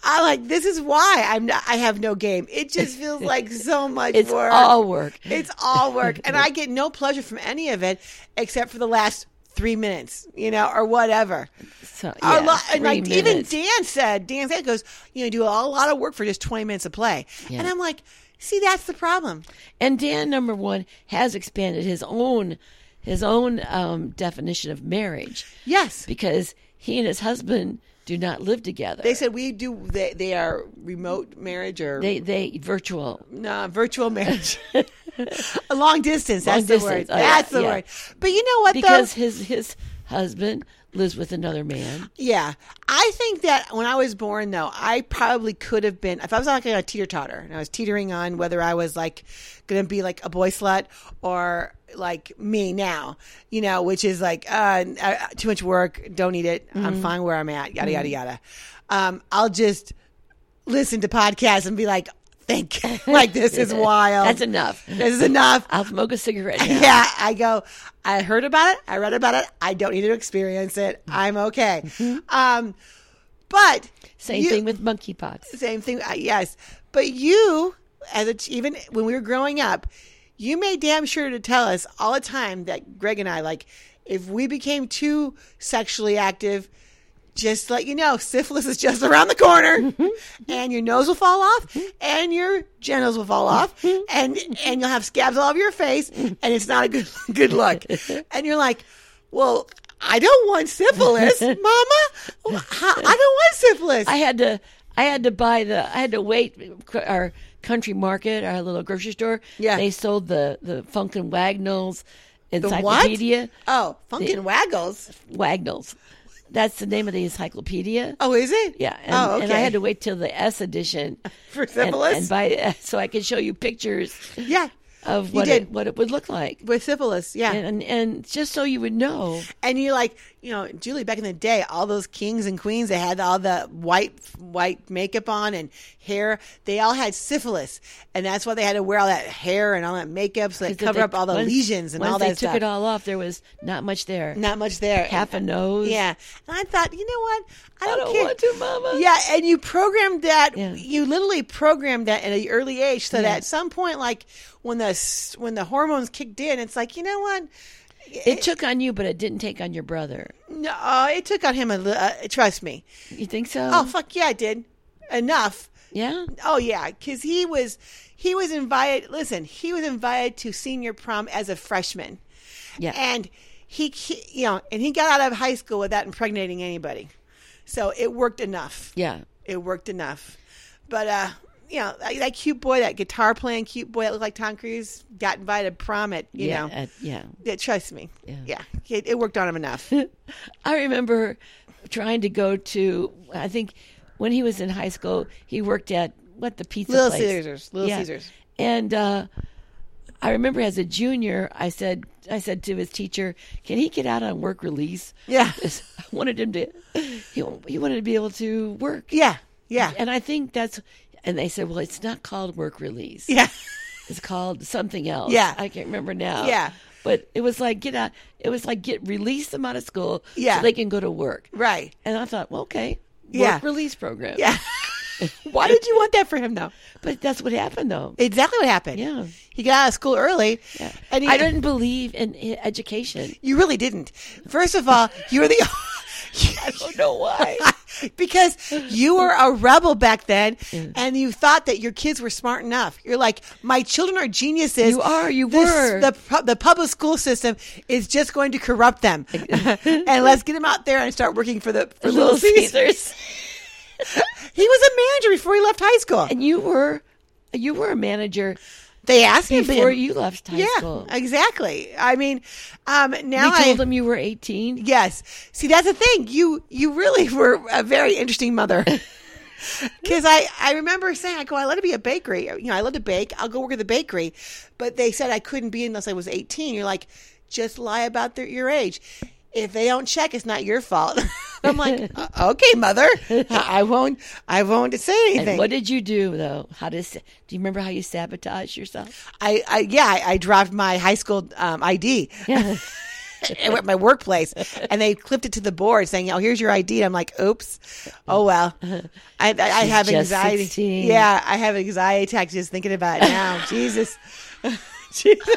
Speaker 1: I like this is why I'm not, I have no game. It just
Speaker 2: <laughs>
Speaker 1: feels like so much
Speaker 2: It's
Speaker 1: work.
Speaker 2: all work.
Speaker 1: It's all work. and
Speaker 2: <laughs>
Speaker 1: I get no pleasure from any of it except for the last three minutes, you know, or whatever.
Speaker 2: So,
Speaker 1: A
Speaker 2: yeah,
Speaker 1: lot, and
Speaker 2: three
Speaker 1: like even
Speaker 2: minutes.
Speaker 1: Dan said, Dan said goes, you know, do a lot of work for just twenty minutes of play,
Speaker 2: Yeah.
Speaker 1: and I'm like, see, that's the problem.
Speaker 2: And Dan number one has expanded his own his own um, definition of marriage
Speaker 1: Yes,
Speaker 2: because he and his husband do not live together.
Speaker 1: they said we do. They they are remote marriage or
Speaker 2: they, they virtual. <laughs>
Speaker 1: nah, virtual marriage. A long distance.
Speaker 2: Long
Speaker 1: That's the
Speaker 2: distance,
Speaker 1: word.
Speaker 2: oh, yeah,
Speaker 1: that's the
Speaker 2: yeah.
Speaker 1: word. But you know what?
Speaker 2: because
Speaker 1: though?
Speaker 2: his his husband lives with another man.
Speaker 1: Yeah. I think that when I was born, though, I probably could have been, if I was like a teeter totter and I was teetering on whether I was like going to be like a boy slut or like me now, you know, which is like, uh, uh, too much work, don't need it, I'm fine where I'm at, yada, yada, yada. Um, I'll just listen to podcasts and be like, think <laughs> like this
Speaker 2: <laughs>
Speaker 1: is wild.
Speaker 2: That's enough.
Speaker 1: This is enough.
Speaker 2: I'll smoke a <laughs> cigarette. Now.
Speaker 1: Yeah, I go. I heard about it. I read about it. I don't need to experience it. I'm okay. Um, but
Speaker 2: Mm-hmm. Same
Speaker 1: you-
Speaker 2: thing with monkeypox.
Speaker 1: Same thing. uh, Yes, but you, as a, ch- even when we were growing up, you made damn sure to tell us all the time that Greg and I like if we became too sexually active. Just to let you know, syphilis is just around the corner, and your nose will fall off, and your genitals will fall off, and and you'll have scabs all over your face, and it's not a good <laughs> good look. And you're like, well, I don't want syphilis, Mama. Well, how- I don't want syphilis.
Speaker 2: I had to I had to buy the I had to wait c- our country market our little grocery store.
Speaker 1: Yeah.
Speaker 2: they sold the the Funkin' Wagnalls
Speaker 1: The what?
Speaker 2: encyclopedia.
Speaker 1: Oh, Funkin' Waggles.
Speaker 2: Wagnalls, that's the name of the encyclopedia.
Speaker 1: Oh, is it?
Speaker 2: Yeah, and,
Speaker 1: oh, okay.
Speaker 2: and I had to wait till the S edition
Speaker 1: <laughs> For
Speaker 2: and-
Speaker 1: syphilis?
Speaker 2: and, buy <laughs> so I could show you pictures
Speaker 1: Yeah,
Speaker 2: of
Speaker 1: You
Speaker 2: what
Speaker 1: did.
Speaker 2: it, what it would look like,
Speaker 1: with syphilis. Yeah,
Speaker 2: and,
Speaker 1: and,
Speaker 2: and and just so you would know.
Speaker 1: you like, you know, Julie back in the day, all those kings and queens, they had all the white white makeup on and hair. They all had syphilis, and that's why they had to wear all that hair and all that makeup so they
Speaker 2: that
Speaker 1: cover
Speaker 2: they-
Speaker 1: up all the
Speaker 2: once-
Speaker 1: lesions and
Speaker 2: once
Speaker 1: all that
Speaker 2: they took
Speaker 1: stuff.
Speaker 2: it all off, there was not much there.
Speaker 1: Not much there.
Speaker 2: Half a nose.
Speaker 1: Yeah, and I thought, you know what? I
Speaker 2: I
Speaker 1: don't,
Speaker 2: don't
Speaker 1: care.
Speaker 2: want to, Mama.
Speaker 1: Yeah, and you programmed that.
Speaker 2: Yeah.
Speaker 1: You literally programmed that at an early age, so
Speaker 2: Yeah.
Speaker 1: that at some point, like when the s- when the hormones kicked in, it's like you know what?
Speaker 2: It took on you, but it didn't take on your brother.
Speaker 1: No, uh, it took on him. A li- uh, trust me.
Speaker 2: You think so?
Speaker 1: Oh fuck yeah, I did enough.
Speaker 2: yeah.
Speaker 1: Oh yeah, because he was he was invited. Listen, he was invited to senior prom as a freshman,
Speaker 2: Yeah.
Speaker 1: and he, he you know, and he got out of high school without impregnating anybody. So it worked enough.
Speaker 2: yeah.
Speaker 1: it worked enough. But uh, you know, that, that cute boy, that guitar playing cute boy that looked like Tom Cruise, got invited to prom at you
Speaker 2: yeah.
Speaker 1: know.
Speaker 2: uh, yeah.
Speaker 1: yeah, trust me.
Speaker 2: Yeah.
Speaker 1: Yeah, it, it worked on him
Speaker 2: <laughs>
Speaker 1: enough.
Speaker 2: I remember trying to go to, I think when he was in high school, he worked at what the pizza
Speaker 1: Little
Speaker 2: place?
Speaker 1: Caesars, Little Caesars.
Speaker 2: And uh, I remember as a junior, I said, I said to his teacher, "Can he get out on work release?" <laughs>
Speaker 1: Yeah.
Speaker 2: 'Cause I wanted him to. He, he wanted to be able to work.
Speaker 1: yeah, yeah,
Speaker 2: And I think that's. And they said, "Well, it's not called work release."
Speaker 1: yeah. <laughs>
Speaker 2: It's called something else.
Speaker 1: Yeah.
Speaker 2: I can't remember now.
Speaker 1: Yeah.
Speaker 2: But it was like get out it was like get release them out of school
Speaker 1: Yeah.
Speaker 2: so they can go to work.
Speaker 1: right.
Speaker 2: And I thought, well, okay. Work
Speaker 1: Yeah.
Speaker 2: release program. <laughs>
Speaker 1: Yeah. <laughs> Why did you want that for him though?
Speaker 2: But that's what happened though.
Speaker 1: Exactly what happened.
Speaker 2: Yeah.
Speaker 1: he got out of school early,
Speaker 2: Yeah.
Speaker 1: and he,
Speaker 2: I didn't believe in i-
Speaker 1: <laughs>
Speaker 2: education.
Speaker 1: You really didn't. First of all, you were the. <laughs> I
Speaker 2: don't know why.
Speaker 1: <laughs> because you were a rebel back then, and you thought that your kids were smart enough. You're like, my children are geniuses.
Speaker 2: You are, you
Speaker 1: This-
Speaker 2: were.
Speaker 1: The pu- the public school system is just going to corrupt
Speaker 2: <laughs>
Speaker 1: them, and let's get them out there and start working for the for Little Caesar. He was a manager before he left high school.
Speaker 2: <laughs> And you were you were a manager
Speaker 1: they asked me
Speaker 2: before you left high
Speaker 1: Yeah,
Speaker 2: school.
Speaker 1: exactly. I mean, um, now
Speaker 2: you
Speaker 1: I,
Speaker 2: told them you were eighteen.
Speaker 1: Yes. See, that's the thing. You you really were a very interesting
Speaker 2: <laughs>
Speaker 1: mother. Because I, I remember saying, I go, I love to be a bakery. You know, I love to bake. I'll go work at the bakery. But they said I couldn't be unless I was 18. You're like, just lie about their, your age. If they don't check, it's not your fault. <laughs> I'm
Speaker 2: <laughs>
Speaker 1: like, "Uh, okay, mother. I won't, I won't say anything.
Speaker 2: And what did you do though? How does do you remember how you sabotage yourself?
Speaker 1: I, I, yeah, I, I dropped my high school um, ID. <laughs>
Speaker 2: Yeah.
Speaker 1: at my workplace and they clipped it to the board saying, Oh, here's your ID. I'm like, oops. Oh, well. I, I, I have
Speaker 2: just
Speaker 1: anxiety.
Speaker 2: 16.
Speaker 1: Yeah, I have anxiety attacks just thinking about it
Speaker 2: <laughs>
Speaker 1: now. Jesus. <laughs> Jesus.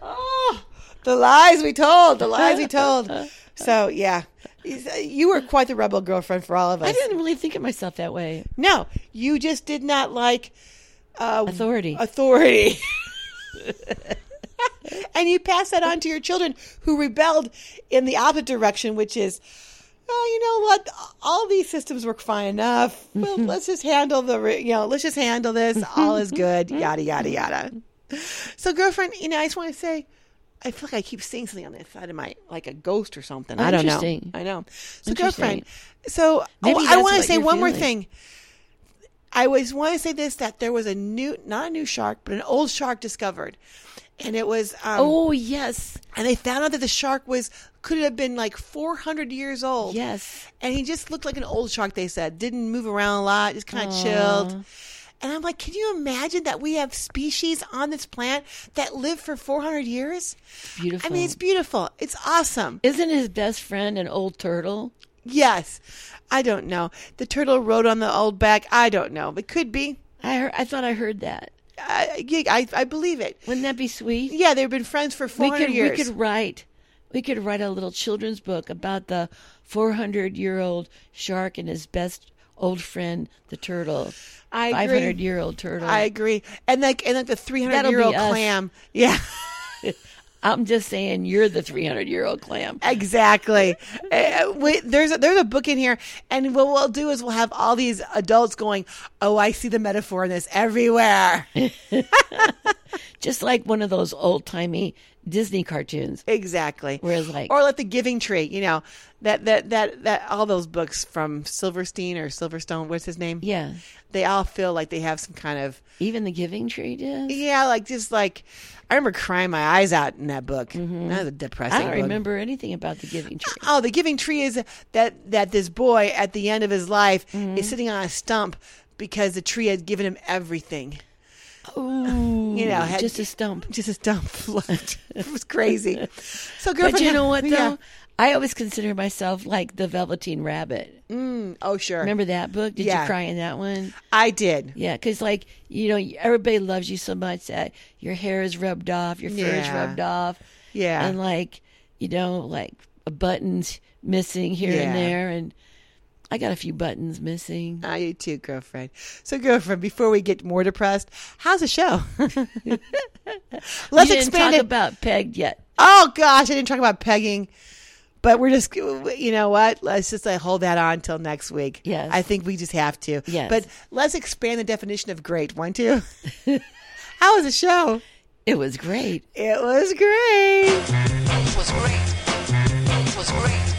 Speaker 1: Oh, the lies we told. The lies we
Speaker 2: <laughs>
Speaker 1: told. So, yeah. uh, You were quite the rebel girlfriend for all of us.
Speaker 2: I didn't really think of myself that way.
Speaker 1: No, you just did not like uh,
Speaker 2: Authority.
Speaker 1: Authority. <laughs> and you pass that on to your children who rebelled in the opposite direction, which is, oh, you know what? All these systems work fine
Speaker 2: Mm-hmm.
Speaker 1: enough.
Speaker 2: Mm-hmm.
Speaker 1: Well, let's just handle the, re- you know, let's just handle this. All is good. Yada, yada, yada. So, girlfriend, you know, I just want to say, I feel like I keep seeing something on the side of my, like a ghost or something. I don't know.
Speaker 2: Interesting.
Speaker 1: I know. So,
Speaker 2: Interesting.
Speaker 1: girlfriend, so
Speaker 2: Maybe
Speaker 1: oh, I
Speaker 2: that's
Speaker 1: want to
Speaker 2: what
Speaker 1: say
Speaker 2: you're
Speaker 1: one more
Speaker 2: feeling.
Speaker 1: thing. I always want to say this that there was a new, not a new shark, but an old shark discovered. And it was, um,
Speaker 2: Oh yes,
Speaker 1: and they found out that the shark was, could have been like 400 years old.
Speaker 2: yes.
Speaker 1: And he just looked like an old shark, they said. Didn't move around a lot, just kind of
Speaker 2: Aw.
Speaker 1: chilled. And I'm like, can you imagine that we have species on this planet that live for 400 years?
Speaker 2: Beautiful.
Speaker 1: I mean, it's beautiful. It's awesome.
Speaker 2: isn't his best friend an old turtle?
Speaker 1: Yes. I don't know. The turtle rode on the old back. I don't know. It could be.
Speaker 2: I heard, I thought I heard that.
Speaker 1: I, yeah, I, I believe it.
Speaker 2: Wouldn't that be sweet?
Speaker 1: Yeah, they've been friends for
Speaker 2: we
Speaker 1: 400
Speaker 2: could
Speaker 1: years.
Speaker 2: we could write we could write a little children's book about the 400 year old shark and his best old friend the turtle
Speaker 1: I agree.
Speaker 2: 500 year old turtle
Speaker 1: I agree. And like, and like the 300
Speaker 2: That'll
Speaker 1: year old
Speaker 2: be us.
Speaker 1: clam. Yeah. <laughs>
Speaker 2: i'm just saying you're the 300 year old clam
Speaker 1: Exactly. Uh, we, there's a, there's a book in here, and what we'll do is we'll have all these adults going, "Oh, I see the metaphor in this
Speaker 2: <laughs>
Speaker 1: everywhere."
Speaker 2: just like one of those old timey disney cartoons
Speaker 1: Exactly.
Speaker 2: Whereas, like-
Speaker 1: or like the Giving Tree, you know, that that that that all those books from Silverstein or Silverstone, what's his name?
Speaker 2: yeah
Speaker 1: They all feel like they have some kind of
Speaker 2: even the giving tree did
Speaker 1: yeah, like just like I remember crying my eyes out in that book. That was a depressing.
Speaker 2: Mm-hmm. i don't
Speaker 1: book.
Speaker 2: remember anything about the giving tree
Speaker 1: Oh, the giving tree is that that this boy at the end of his life
Speaker 2: Mm-hmm.
Speaker 1: is sitting on a stump because the tree had given him everything.
Speaker 2: Ooh,
Speaker 1: You know, had-
Speaker 2: <laughs> just
Speaker 1: <laughs>
Speaker 2: a stump
Speaker 1: Just a stump left. <laughs> it was crazy. So girlfriend,
Speaker 2: but you know what though
Speaker 1: Yeah.
Speaker 2: i always consider myself like the velveteen rabbit
Speaker 1: Mm, oh sure,
Speaker 2: Remember that book? Did
Speaker 1: Yeah.
Speaker 2: you cry in that one?
Speaker 1: I did.
Speaker 2: Yeah, because like you know, everybody loves you so much that your hair is rubbed off, your fur is
Speaker 1: Yeah.
Speaker 2: rubbed off,
Speaker 1: Yeah,
Speaker 2: and like you know, like a button's missing here
Speaker 1: Yeah.
Speaker 2: and there, and I got a few buttons missing.
Speaker 1: I do too, girlfriend. So girlfriend, before we get more depressed, how's the
Speaker 2: <laughs>
Speaker 1: show? <laughs> Let's
Speaker 2: you didn't
Speaker 1: expand
Speaker 2: talk
Speaker 1: it.
Speaker 2: about pegged yet.
Speaker 1: oh gosh, I didn't talk about pegging. But we're just, you know what? Let's just like, hold that on till next week.
Speaker 2: Yes.
Speaker 1: I think we just have to.
Speaker 2: Yes.
Speaker 1: But let's expand the definition of great, won't you? <laughs> How was the show?
Speaker 2: It was great.
Speaker 1: It was great.
Speaker 3: was great. was great.